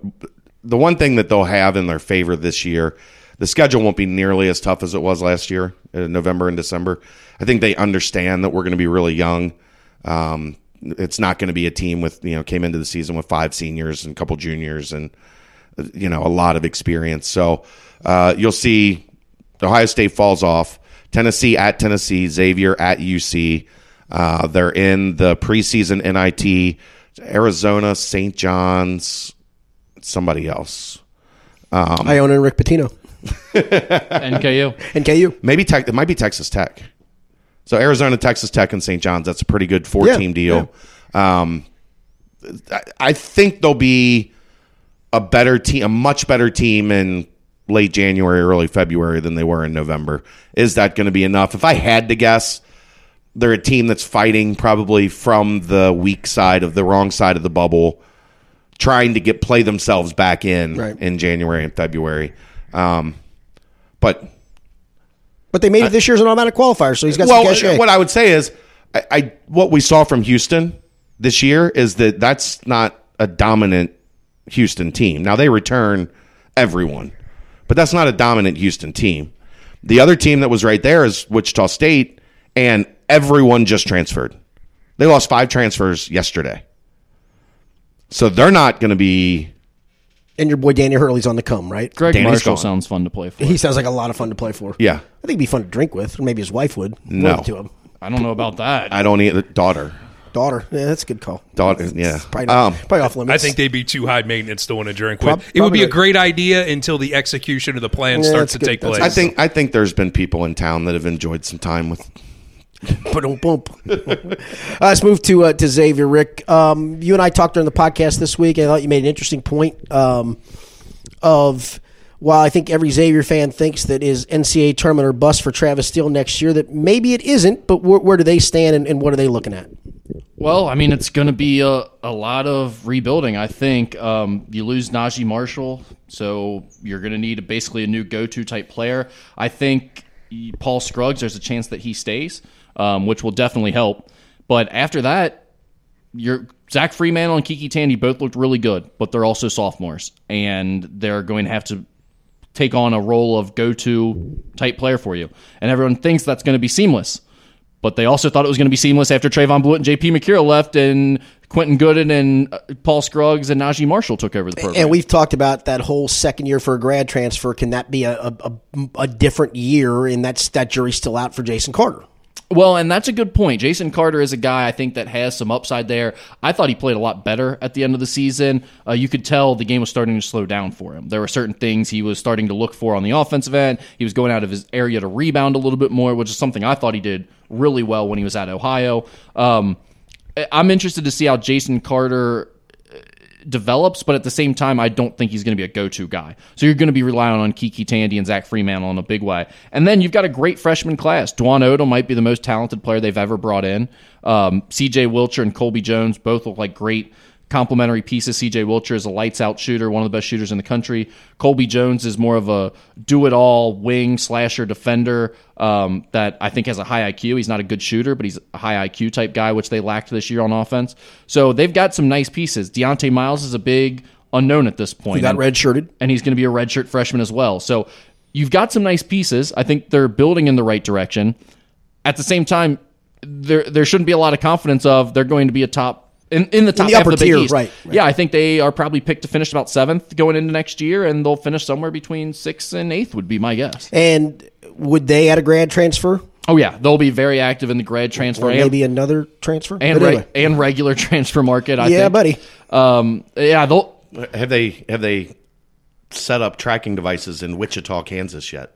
the one thing that they'll have in their favor this year, the schedule won't be nearly as tough as it was last year, uh, November and December. I think they understand that we're going to be really young. Um, it's not going to be a team with you know came into the season with five seniors and a couple juniors and uh, you know a lot of experience. So uh, you'll see Ohio State falls off. Tennessee at Tennessee, Xavier at UC. Uh, they're in the preseason NIT. Arizona, St. John's, somebody else. Um,
Iona and Rick Pitino
NKU.
and KU.
Maybe Tech. It might be Texas Tech. So Arizona, Texas Tech, and St. John's. That's a pretty good four-team
Yeah,
deal. Um, I, I think they'll be a better team, a much better team in late January, early February than they were in November. Is that going to be enough? If I had to guess, they're a team that's fighting probably from the weak side of the wrong side of the bubble, trying to get play themselves back in
Right.
in January and February. Um, but
But they made it this year's an automatic qualifier, so he's got some
well,
cachet.
what I would say is, I, I what we saw from Houston this year is that that's not a dominant Houston team. Now they return everyone, but that's not a dominant Houston team. The other team that was right there is Wichita State, and everyone just transferred. They lost five transfers yesterday, so they're not going to be
and your boy Danny Hurley's on the come, right?
Greg
Danny's
Marshall
gone.
sounds fun to play for.
He sounds like a lot of fun to play for.
Yeah.
I think he'd be fun to drink with. Or maybe his wife would.
No.
to him.
I don't know about that.
I don't either daughter.
Daughter. Yeah, that's a good call.
Daughter, yeah.
Probably,
Um,
probably off limits.
I think they'd be too high maintenance to want to drink
Prob-
with. It would be a
probably.
great idea until the execution of the plan
Yeah, that's
starts to
good.
take
That's
place.
I think I think there's been people in town that have enjoyed some time with
Ba-dum, bump. Uh, Let's move to uh, to Xavier Rick. Um, you and I talked during the podcast this week, and I thought you made an interesting point um, of while I think every Xavier fan thinks that is NCAA tournament or bust for Travis Steele next year, that maybe it isn't. But where, where do they stand, and, and what are they looking at?
Well, I mean, it's going to be a, a lot of rebuilding. I think um, you lose Najee Marshall, so you're going to need a, basically a new go to type player. I think y- Paul Scruggs, there's a chance that he stays, um, which will definitely help. But after that, you're, Zach Freeman and Kiki Tandy both looked really good, but they're also sophomores, and they're going to have to take on a role of go to type player for you. And everyone thinks that's going to be seamless. But they also thought it was going to be seamless after Trayvon Blewett and JP McCurry left and Quentin Gooden and uh, Paul Scruggs and Najee Marshall took over the program.
And we've talked about that whole second year for a grad transfer. Can that be a, a, a, a different year? And that's that jury's still out for Jason Carter.
Well, and that's a good point. Jason Carter is a guy I think that has some upside there. I thought he played a lot better at the end of the season. Uh, you could tell the game was starting to slow down for him. There were certain things he was starting to look for on the offensive end. He was going out of his area to rebound a little bit more, which is something I thought he did really well when he was at Ohio. Um, I- I'm interested to see how Jason Carter develops, but at the same time, I don't think he's going to be a go-to guy. So you're going to be relying on Kiki Tandy and Zach Fremantle in a big way. And then you've got a great freshman class. Dwan Odom might be the most talented player they've ever brought in. Um, C.J. Wilcher and Colby Jones both look like great complementary pieces. C.J. Wilcher is a lights-out shooter, one of the best shooters in the country. Colby Jones is more of a do-it-all wing slasher defender um, that I think has a high IQ. He's not a good shooter, but he's a high IQ type guy, which they lacked this year on offense. So they've got some nice pieces. Deontay Miles is a big unknown at this point.
He got
And-
redshirted.
and he's going to be a redshirt freshman as well. So you've got some nice pieces. I think they're building in the right direction. At the same time, there there shouldn't be a lot of confidence of they're going to be a top in, in the top
the
half
upper
of the Big
tier,
East.
right, right.
Yeah, I think they are probably picked to finish about seventh going into next year, and they'll finish somewhere between sixth and eighth would be my guess.
And would they add a grad transfer?
Oh yeah, they'll be very active in the grad transfer
Or
and,
maybe another transfer?
and,
But
reg-
anyway.
and regular transfer market. I
yeah,
think.
buddy.
Um, yeah, they'll
Have they have they set up tracking devices in Wichita, Kansas yet?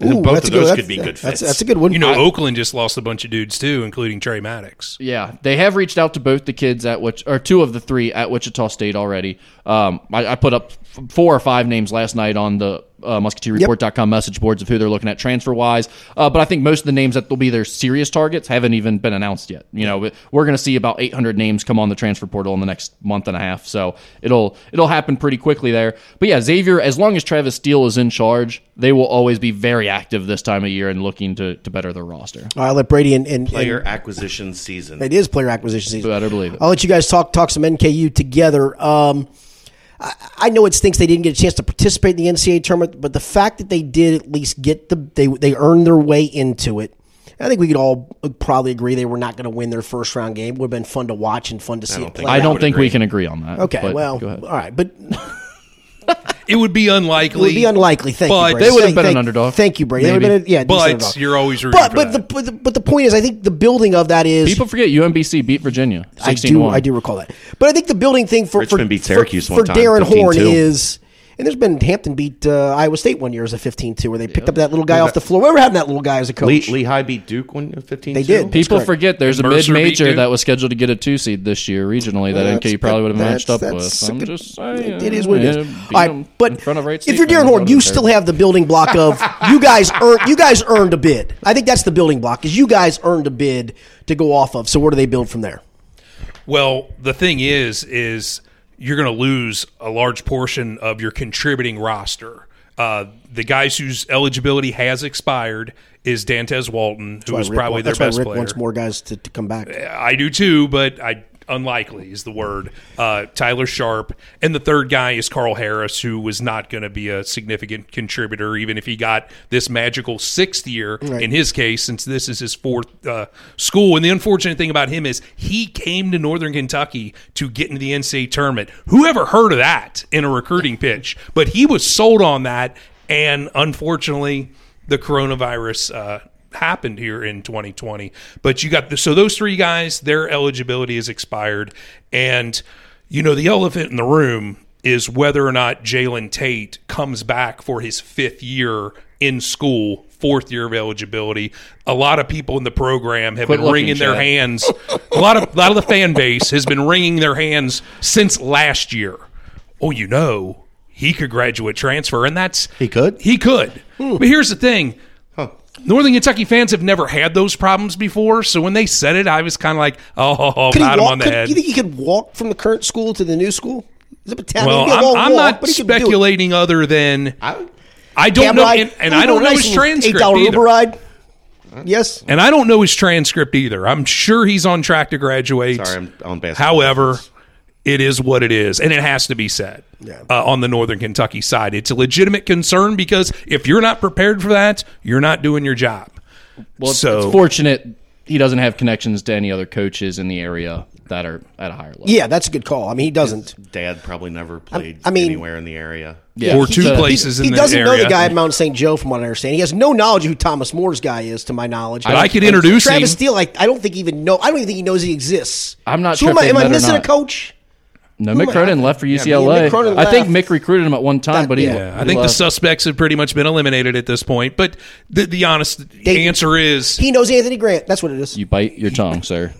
And
Ooh,
both
that's a
of
good-
those
that's-
could be good
That's,
fits.
that's a good one.
You know, Oakland just lost a bunch of dudes too, including Trey Maddox.
Yeah, they have reached out to both the kids at which or two of the three at Wichita State already. Um, I, I put up f- four or five names last night on the uh, musketeerreport.com message boards of who they're looking at transfer wise. Uh, but I think most of the names that will be their serious targets haven't even been announced yet. You know, we- we're going to see about 800 names come on the transfer portal in the next month and a half, so it'll it'll happen pretty quickly there. But yeah, Xavier, as long as Travis Steele is in charge, they will always be very active this time of year and looking to to better their roster.
I'll let Brady and, and, and
player acquisition season.
It is player acquisition season.
Better believe it.
I'll let you guys talk talk some NKU together. Um, I, I know it stinks they didn't get a chance to participate in the NCAA tournament, but the fact that they did at least get the they they earned their way into it. I think we could all probably agree they were not going to win their first round game. Would have been fun to watch and fun to see it play.
I
out.
don't think
agree.
we can agree on that.
Okay,
but
well,
go ahead.
all right, but
It would be
it
unlikely.
would be unlikely. Thank
But
you, Brady.
they
would have
Thank-
been an
thank-
underdog.
Thank you, Brady. They would have
Maybe.
been a- yeah, decent
But
underdog.
you're always rooting
But
for
but
that.
the, but the but the point is, I think the building of that is
People forget UMBC beat Virginia
I
16
do, I do recall that. But I think the building thing for for,
Richmond beat
for-
Syracuse
for,
one time,
Darren Horn
15-2.
is, and there's been Hampton beat uh, Iowa State one year as a 15-2 where they picked up that little guy off the floor. Remember having that little guy as a coach?
Lee, Lehigh beat Duke when fifteen.
They did. That's
People
correct.
forget there's a mid
Mercer beat
major
Duke.
that was scheduled to get a two seed this year regionally
Well,
that
that's-
NKU probably would have
that-
matched up
that's-
with.
that's
I'm
a good-
just saying.
It is what it
yeah,
is.
beat
All
them
right, but
in front of Wright
if
State
you're Darren
fans,
Horn,
would've
you
been
still
terrible.
have the building block of you guys earned you guys earned a bid. I think that's the building block is you guys earned a bid to go off of. So where do they build from there?
Well, the thing is, is you're going to lose a large portion of your contributing roster. Uh, the guys whose eligibility has expired is Dantes Walton, who was
Rick
probably
wa-
their
that's why
best
Rick
player.
wants more guys to, to come back.
I do too, but I unlikely is the word. Uh, Tyler Sharp and the third guy is Carl Harris, who was not going to be a significant contributor, even if he got this magical sixth year in his case, since this is his fourth uh, school. And the unfortunate thing about him is he came to Northern Kentucky to get into the NCAA tournament. Who ever heard of that in a recruiting pitch? But he was sold on that, and unfortunately, the coronavirus uh, happened here in 2020. But you got the, so those three guys, their eligibility is expired, and you know the elephant in the room is whether or not Jalen Tate comes back for his fifth year in school, fourth year of eligibility. A lot of people in the program have
Quit
been
looking,
wringing their
Chad.
hands. A lot of a lot of the fan base has been wringing their hands since last year. Oh, you know. He could graduate transfer, and that's he
could?
He could.
Hmm.
But here's the thing: Northern Kentucky fans have never had those problems before, so when they said it, I was kind of like, "Oh, oh, oh,
Could he
pat him
walk-
on the
could-
head."
You think he could walk from the current school to the new school? Is it a town?
well,
It'd be a
I'm,
long
I'm
walk,
not
but he could do it.
speculating other than I, don't
Cab
know,
ride,
and, and
Uber,
I don't know
nice
his
little
transcript
$8
either.
Uber ride. Yes.
And I don't know his transcript either. I'm sure he's on track to graduate.
Sorry, I'm on basketball.
However, it is what it is, and it has to be said uh, on the Northern Kentucky side. It's a legitimate concern because if you're not prepared for that, you're not doing your job.
Well, it's-
so
it's fortunate he doesn't have connections to any other coaches in the area that are at a higher level.
Yeah, that's a good call. I mean, he doesn't.
Dad probably never played
I mean-
anywhere in the area.
Yeah,
or
he-
two
so-
places in
He
the
doesn't
area.
know the guy at Mount St. Joe, from what I understand. He has no knowledge of who Thomas Moore's guy is, to my knowledge.
But I could introduce
Travis
him.
Steele. I, I don't think even know. I don't even think he knows he exists.
I'm not
so
sure
Am
if
I,
they
am I
met or
missing a
not.
coach?
No,
Who am
Mick
I-
Cronin left for
yeah,
UCLA.
Mick Cronin
I think
left.
Mick recruited him at one time,
That-
but he
yeah,
I think the
left.
suspects have pretty much been eliminated at this point. But the, the honest answer is
He knows Anthony Grant. That's what it is.
you bite your tongue, sir.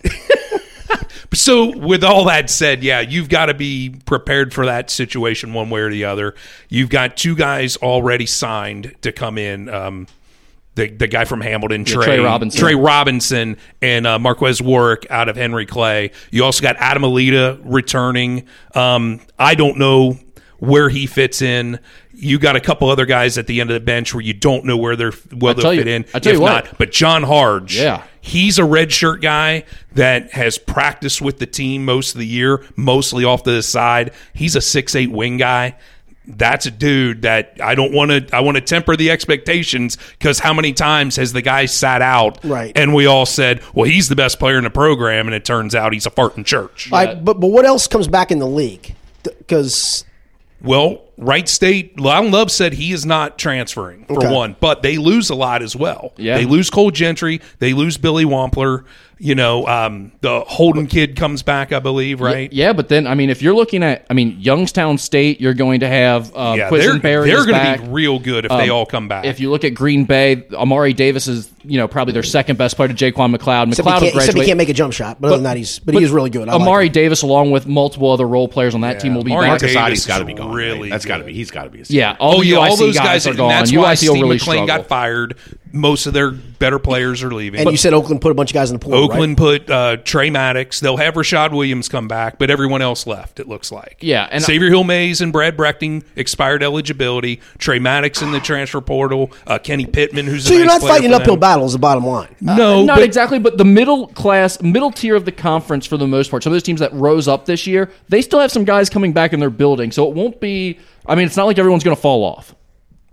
So, with all that said, yeah, you've got to be prepared for that situation one way or the other. You've got two guys already signed to come in. Um, the, the guy from Hamilton, Trey,
Trey Robinson.
Trey Robinson, and uh, Marquez Warwick out of Henry Clay. You also got Adam Alita returning. Um, I don't know where he fits in. You got a couple other guys at the end of the bench where you don't know where they're where
I
they'll
tell you-
fit in.
I tell
if
you what.
not, but John Harge,
Yeah.
he's a redshirt guy that has practiced with the team most of the year, mostly off to the side. He's a six eight wing guy. That's a dude that I don't want to. I want to temper the expectations because how many times has the guy sat out?
Right.
and we all said, "Well, he's the best player in the program," and it turns out he's a fart in church.
All right, but but what else comes back in the league? Because
Well, Wright State, Loudon Love said he is not transferring for
Okay.
one, but they lose a lot as well.
Yeah.
They lose Cole Gentry. They lose Billy Wampler. You know, um, the Holden kid comes back, I believe, right?
Yeah, but then I mean, if you're looking at, I mean, Youngstown State, you're going to have uh,
Yeah, they're,
Quisenberry
they're
is
going
back. Um,
to be real good if they all come back.
If you look at Green Bay, Amari Davis is you know probably their second best player to Jaquan McLeod.
except, he
McLeod
can't, except he
graduated.
can't make a jump shot. But, other than that, he's but, he is really good. I like
Amari
him.
Davis, along with multiple other role players on that team, will be
Amari
back.
Davis
Casati's
is
got to be gone.
really
Right? That's got to
good.
be. He's got to be. a senior.
Yeah, all
oh,
the
yeah, all
UIC
those guys,
are
and
gone.
that's
UIC
why
will
Steve
really
McLean
struggle.
got fired. Most of their better players are leaving.
And you said Oakland put a bunch of guys in the portal. right?
Oakland put uh, Trey Maddox. They'll have Rashad Williams come back, but everyone else left. It looks like.
Yeah, and-
Xavier Hill Mays and Brad Brechting expired eligibility. Trey Maddox in the transfer portal. Uh, Kenny Pittman, who's
So
a
you're not
nice player
fighting an
for
uphill
them.
battle. Is the bottom line.
No,
not
Oh, but
exactly, but the middle class, middle tier of the conference for the most part. Some of those teams that rose up this year, they still have some guys coming back in their building, so it won't be. I mean, it's not like everyone's going to fall off.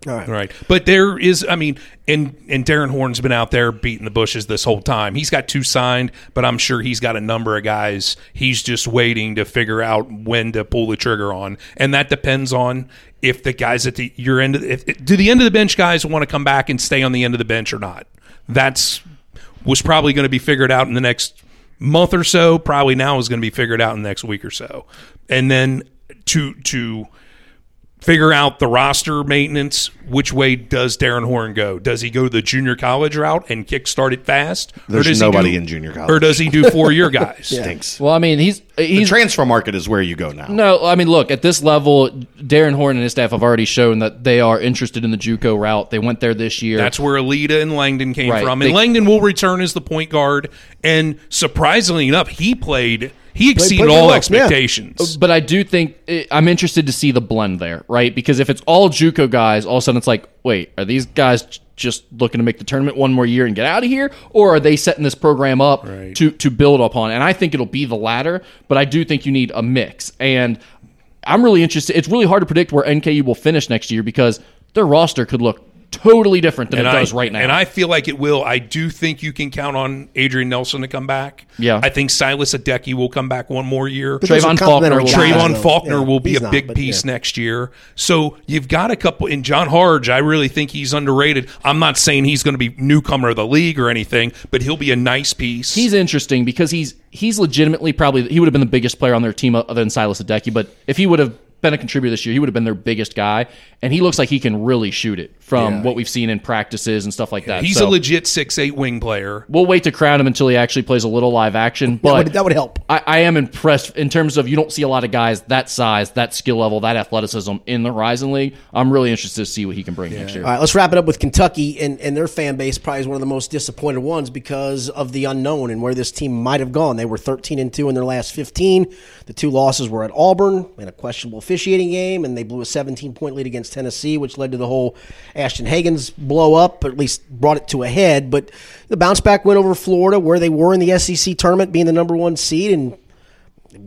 All right.
Right. But there is, I mean, and and Darren Horn's been out there beating the bushes this whole time. He's got two signed, but I'm sure he's got a number of guys. He's just waiting to figure out when to pull the trigger on, and that depends on if the guys at the your end, if, do the end of the bench guys want to come back and stay on the end of the bench or not? That's was probably going to be figured out in the next month or so. Probably now is going to be figured out in the next week or so, and then to to figure out the roster maintenance. Which way does Darren Horn go? Does he go the junior college route and kickstart it fast?
There's
does he
nobody
do-
in junior college.
Or does he do four year guys?
Stinks.
Well, I mean, he's
the
he's
transfer market is where you go now.
No, I mean, look at this level. Darren Horn and his staff have already shown that they are interested in the JUCO route. They went there this year.
That's where Alita and Langdon came
Right.
from.
They-
And Langdon will return as the point guard. And surprisingly enough, he played, he exceeded
played
all
well, yeah.
expectations.
but I do think it, I'm interested to see the blend there, right? Because if it's all JUCO guys, all of a sudden it's like, wait, are these guys j- just looking to make the tournament one more year and get out of here, or are they setting this program up to to build upon? And I think it'll be the latter, but I do think you need a mix. And I'm really interested. It's really hard to predict where NKU will finish next year because their roster could look totally different than it does
I,
right now.
And I feel like it will. I do think you can count on Adrian Nelson to come back.
Yeah.
I think Silas Adeki will come back one more year.
But those are
Trayvon
complimentary
Faulkner will-
guys,
Trayvon
though.
Faulkner
Yeah,
will be
he's
a
not,
big
but
piece
yeah.
next year. So you've got a couple. And John Harge, I really think he's underrated. I'm not saying he's going to be newcomer of the league or anything, but he'll be a nice piece.
he's interesting because he's he's legitimately probably he would have been the biggest player on their team other than Silas Adeki, but if he would have been a contributor this year, he would have been their biggest guy, and he looks like he can really shoot it from what we've seen in practices and stuff like that.
he's
So
a legit six eight wing player.
We'll wait to crown him until he actually plays a little live action,
That
but
would, that would help.
I, I am impressed in terms of you don't see a lot of guys that size, that skill level, that athleticism in the Rising League. I'm really interested to see what he can bring next year.
All right, let's wrap it up with Kentucky and, and their fan base. Probably is one of the most disappointed ones because of the unknown and where this team might have gone. They were 13 and 2 in their last 15. The two losses were at Auburn in a questionable officiating game, and they blew a 17 point lead against Tennessee, which led to the whole Ashton Hagens blow up, or at least brought it to a head. But the bounce back went over Florida, where they were in the SEC tournament, being the number one seed, and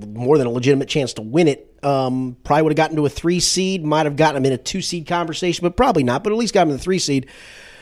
more than a legitimate chance to win it. Um, probably would have gotten to a three seed, might have gotten them in a two seed conversation, but probably not, but at least got them in the three seed.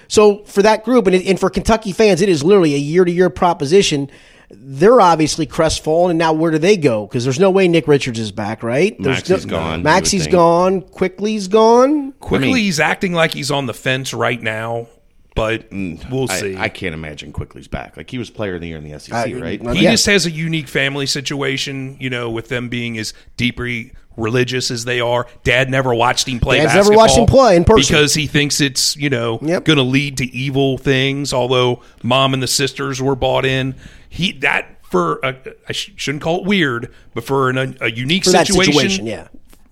So for that group and, and for Kentucky fans, it is literally a year to year proposition. they're obviously crestfallen. And now where do they go? Because there's no way Nick Richards is back, right? There's
Maxey's gone, you would
Maxie's
think.
gone. Quickly's gone.
Quickly, he's acting like he's on the fence right now, but we'll
Mm, I,
see.
I can't imagine Quickly's back. Like he was player of the year in the SEC,
I-
right?
I-
he
Yeah.
just has a unique family situation, you know, with them being as deeply religious as they are. Dad never watched him play.
Dad's never
basketball
watched him play in person.
because he thinks it's you know
Yep.
going to lead to evil things. Although mom and the sisters were bought in, he that for a, I sh- shouldn't call it weird, but for an, a unique
For that
situation,
situation, yeah.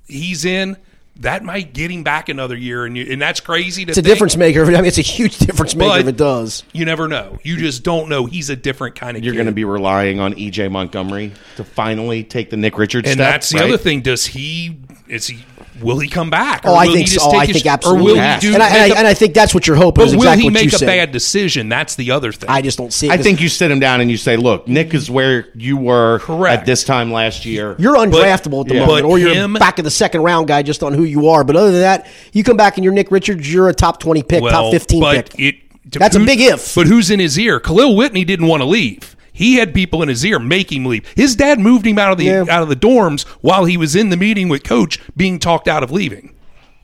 he's in. That might get him back another year, and you, and that's crazy. To
It's a
think.
difference maker. I mean, it's a huge difference maker if
But-
it does.
You never know. You just don't know. He's a different kind of.
You're
kid.
going to be relying on EJ Montgomery to finally take the Nick Richards
And
step.
that's the
right?
other thing. Does he is he will he come back? Or
Oh, I
will
think
he
so.
just
Oh,
take
I
his-
think absolutely.
Or will
Yes.
he do?
and, I, and,
make
I,
a-
and I think that's what you're hoping.
but
is
will
exactly
he
what you
make a
said.
bad decision? That's the other thing.
I just don't see. it.
I think you sit him down and you say, "Look, Nick is where you were
Correct.
at this time last year.
You're undraftable at the
yeah.
moment,
But
or you're
him-
back in the second round guy just on who you are. But other than that, you come back and you're Nick Richards. You're a top twenty pick, top fifteen
but
pick.
It, to-
That's a
who-
big if.
But who's in his ear? Khalil Whitney didn't want to leave. He had people in his ear make him leave. His dad moved him out of the
Yeah.
out of the dorms while he was in the meeting with coach, being talked out of leaving.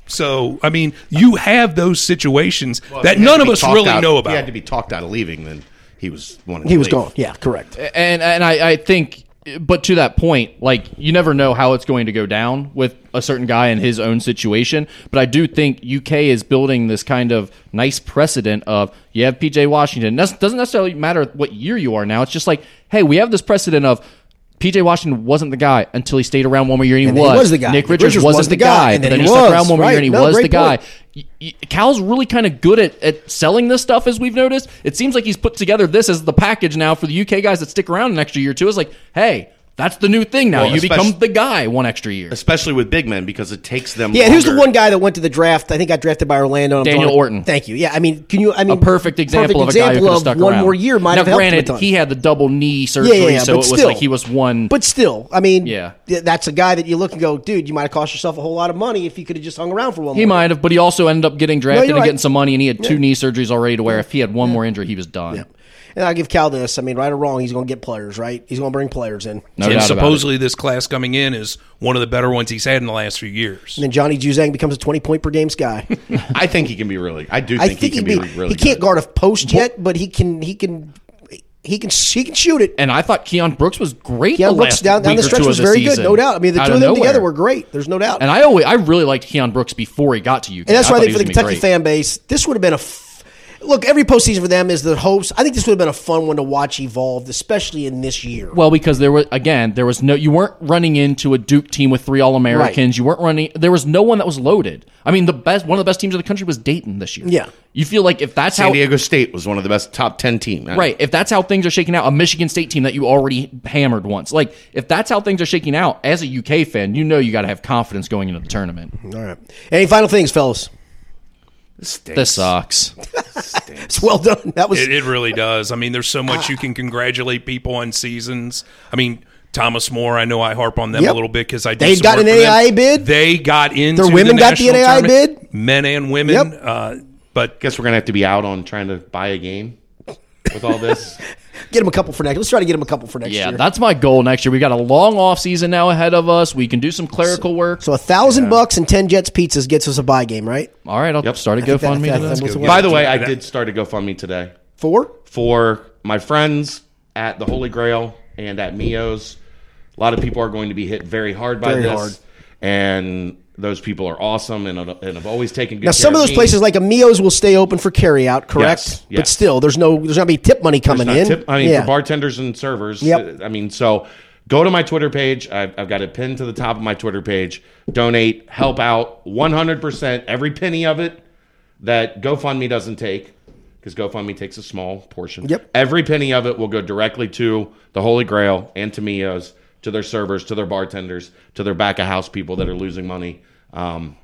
So I mean, you have those situations that
He had
none
to
of
be
us
talked
really
out-
know
He had
about.
to be talked out of leaving. Then he was one.
he was gone. Yeah, correct.
Uh,
and and I, I think but to that point like you never know how it's going to go down with a certain guy in his own situation but i do think uk is building this kind of nice precedent of you have pj washington that doesn't necessarily matter what year you are now it's just like hey we have this precedent of PJ Washington wasn't the guy until he stayed around one more year and he
And then
was.
he was the guy.
Nick Richards, wasn't the guy, and then, he,
was.
stuck around one more
Right.
year and he
No,
was the
great
guy.
point.
Y- y- Cal's really kind of good at, at selling this stuff, as we've noticed. It seems like he's put together this as the package now for the UK guys that stick around an extra year, too. It's like, hey, that's the new thing now.
Well,
you become
especi-
the guy one extra year.
especially with big men because it takes them.
Yeah, and who's the
longer.
one guy that went to the draft? I think got drafted by Orlando. I'm
Daniel
drawing-
Orton.
Thank you. Yeah, I mean, can you? I mean,
A perfect example
perfect
of a guy
example
who could have
of
stuck
one
around.
more year might
now,
have helped him a
granted,
ton.
he had the double knee surgery, so it was like he was one.
But still, I mean,
Yeah.
th- that's a guy that you look and go, dude, you might have cost yourself a whole lot of money if you could have just hung around for one.
he
more.
might have, but he also ended up getting
you're
drafted and
right.
getting some money, and he had two knee surgeries already. To where if he had one more injury, he was done.
And I give Cal this. I mean, right or wrong, he's going to get players. Right? He's going to bring players in.
No
and
Oh, doubt about it.
supposedly this class coming in is one of the better ones he's had in the last few years.
And then Johnny Juzang becomes a twenty point per game guy.
I think he can be really. I do
I
think,
think
he
he
can
be,
be, really.
he can't
good.
guard a post yet, but he can he can he can he can shoot it.
and I thought Keon Brooks was great.
Yeah,
the
Brooks
last
down, down
week
the
or
stretch
two
was
of the
very
season,
good, no doubt. I mean, the
out
two of them
nowhere.
together were great. There's no doubt.
And I always, I really liked Keon Brooks before he got to UK.
And that's
I
why I
thought
think
he
for
was
the
gonna be
Kentucky
great.
fan base, this would have been a f- look. Every postseason for them is the hopes. I think this would have been a fun one to watch evolve, especially in this year.
Well, because there was again, there was no. You weren't running into a Duke team with three All Americans. You weren't running. There was no one that was loaded. I mean, the best one of the best teams in the country was Dayton this year.
Yeah.
you feel like if that's
San
how
Diego State was one of the best top ten team.
Right. If that's how things are shaking out, a Michigan State team that you already hammered once, like if that's how things are shaking out, as a UK fan, you know you got to have confidence going into the tournament.
All right. Any final things, fellas?
This sucks.
It's well done. That was
It, it really does. I mean, there's so much you can congratulate people on seasons. I mean, Thomas Moore. I know I harp on them
Yep.
a little bit because I did
They
some
got
work
an
for them.
NAIA bid?
They got into
women got the
national
NAIA
tournament, men and women.
Yep.
Uh, but
Guess we're gonna have to be out on trying to buy a game with all this.
get him a couple for next. Let's try to get him a couple for next
Yeah,
year.
that's my goal next year. We got a long off season now ahead of us. We can do some clerical work.
so a thousand bucks and ten Jets pizzas gets us a buy game, right?
All right, I'll start a
that-
GoFundMe.
that-
to
that
that.
was what-
By the way, I did start a GoFundMe today
Four.
for my friends at the Holy Grail and at Mio's. A lot of people are going to be hit very hard by
Very
this,
hard.
and those people are awesome and, uh, and have always taken good
Now, some
care
of those
me.
places like Amio's will stay open for carryout, correct?
Yes,
But
yes.
still, there's no there's not be tip money coming
Not
in.
tip- I mean,
yeah.
for bartenders and servers.
Yep.
uh, I mean, so go to my Twitter page. I've, I've got it pinned to the top of my Twitter page. Donate, help out 100%. Every penny of it that GoFundMe doesn't take, because GoFundMe takes a small portion.
Yep.
Every penny of it will go directly to the Holy Grail and to Mio's, to their servers, to their bartenders, to their back of house people that are losing money. Um,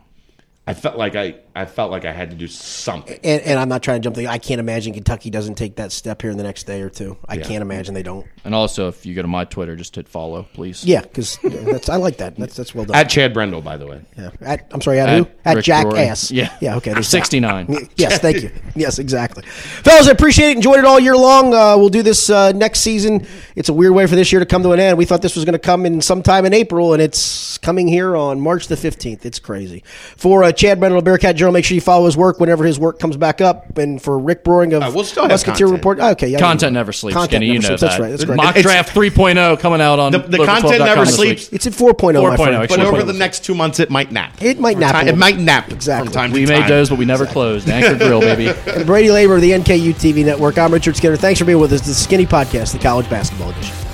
I felt like I, I felt like I had to do something.
And, and I'm not trying to jump the. I can't imagine Kentucky doesn't take that step here in the next day or two. I can't imagine they don't.
And also, if you go to my Twitter, just hit follow, please.
Yeah, because that's I like that. That's that's well done.
At Chad Brendel, by the way.
yeah. At- I'm sorry, at, who? At
Rick
Jackass.
Rory. Yeah.
yeah. Okay. there's that.
69.
Yes, thank you. Yes, exactly. Fellas, I appreciate it. Enjoyed it all year long. Uh, we'll do this uh, next season. It's a weird way for this year to come to an end. We thought this was going to come in sometime in April, and it's coming here on March the 15th. It's crazy. For uh, Chad Brennan of Bearcat Journal, make sure you follow his work whenever his work comes back up. And for Rick Broering of
Uh, we'll still have
Musketeer
content.
Report. Okay, yeah,
Content never sleeps,
Content
Skinny.
never
You know
sleeps.
that.
That's right. That's right.
Mock
It's-
draft 3.0 coming out on
The, the
local
content
12.com
never
this week.
sleeps,
It's at 4.0. my
4.0,
friend.
but
Actually,
over
point oh.
the
was-
next two months, it might nap.
It might
From
nap a
Time,
little
it might
bit.
nap
Exactly.
From time
We
to
made
time.
those, but we never closed. Anchor Grill, baby.
And Brady Labor of the NKU TV Network. I'm Richard Skinner. Thanks for being with us. The Skinny Podcast, the college basketball edition.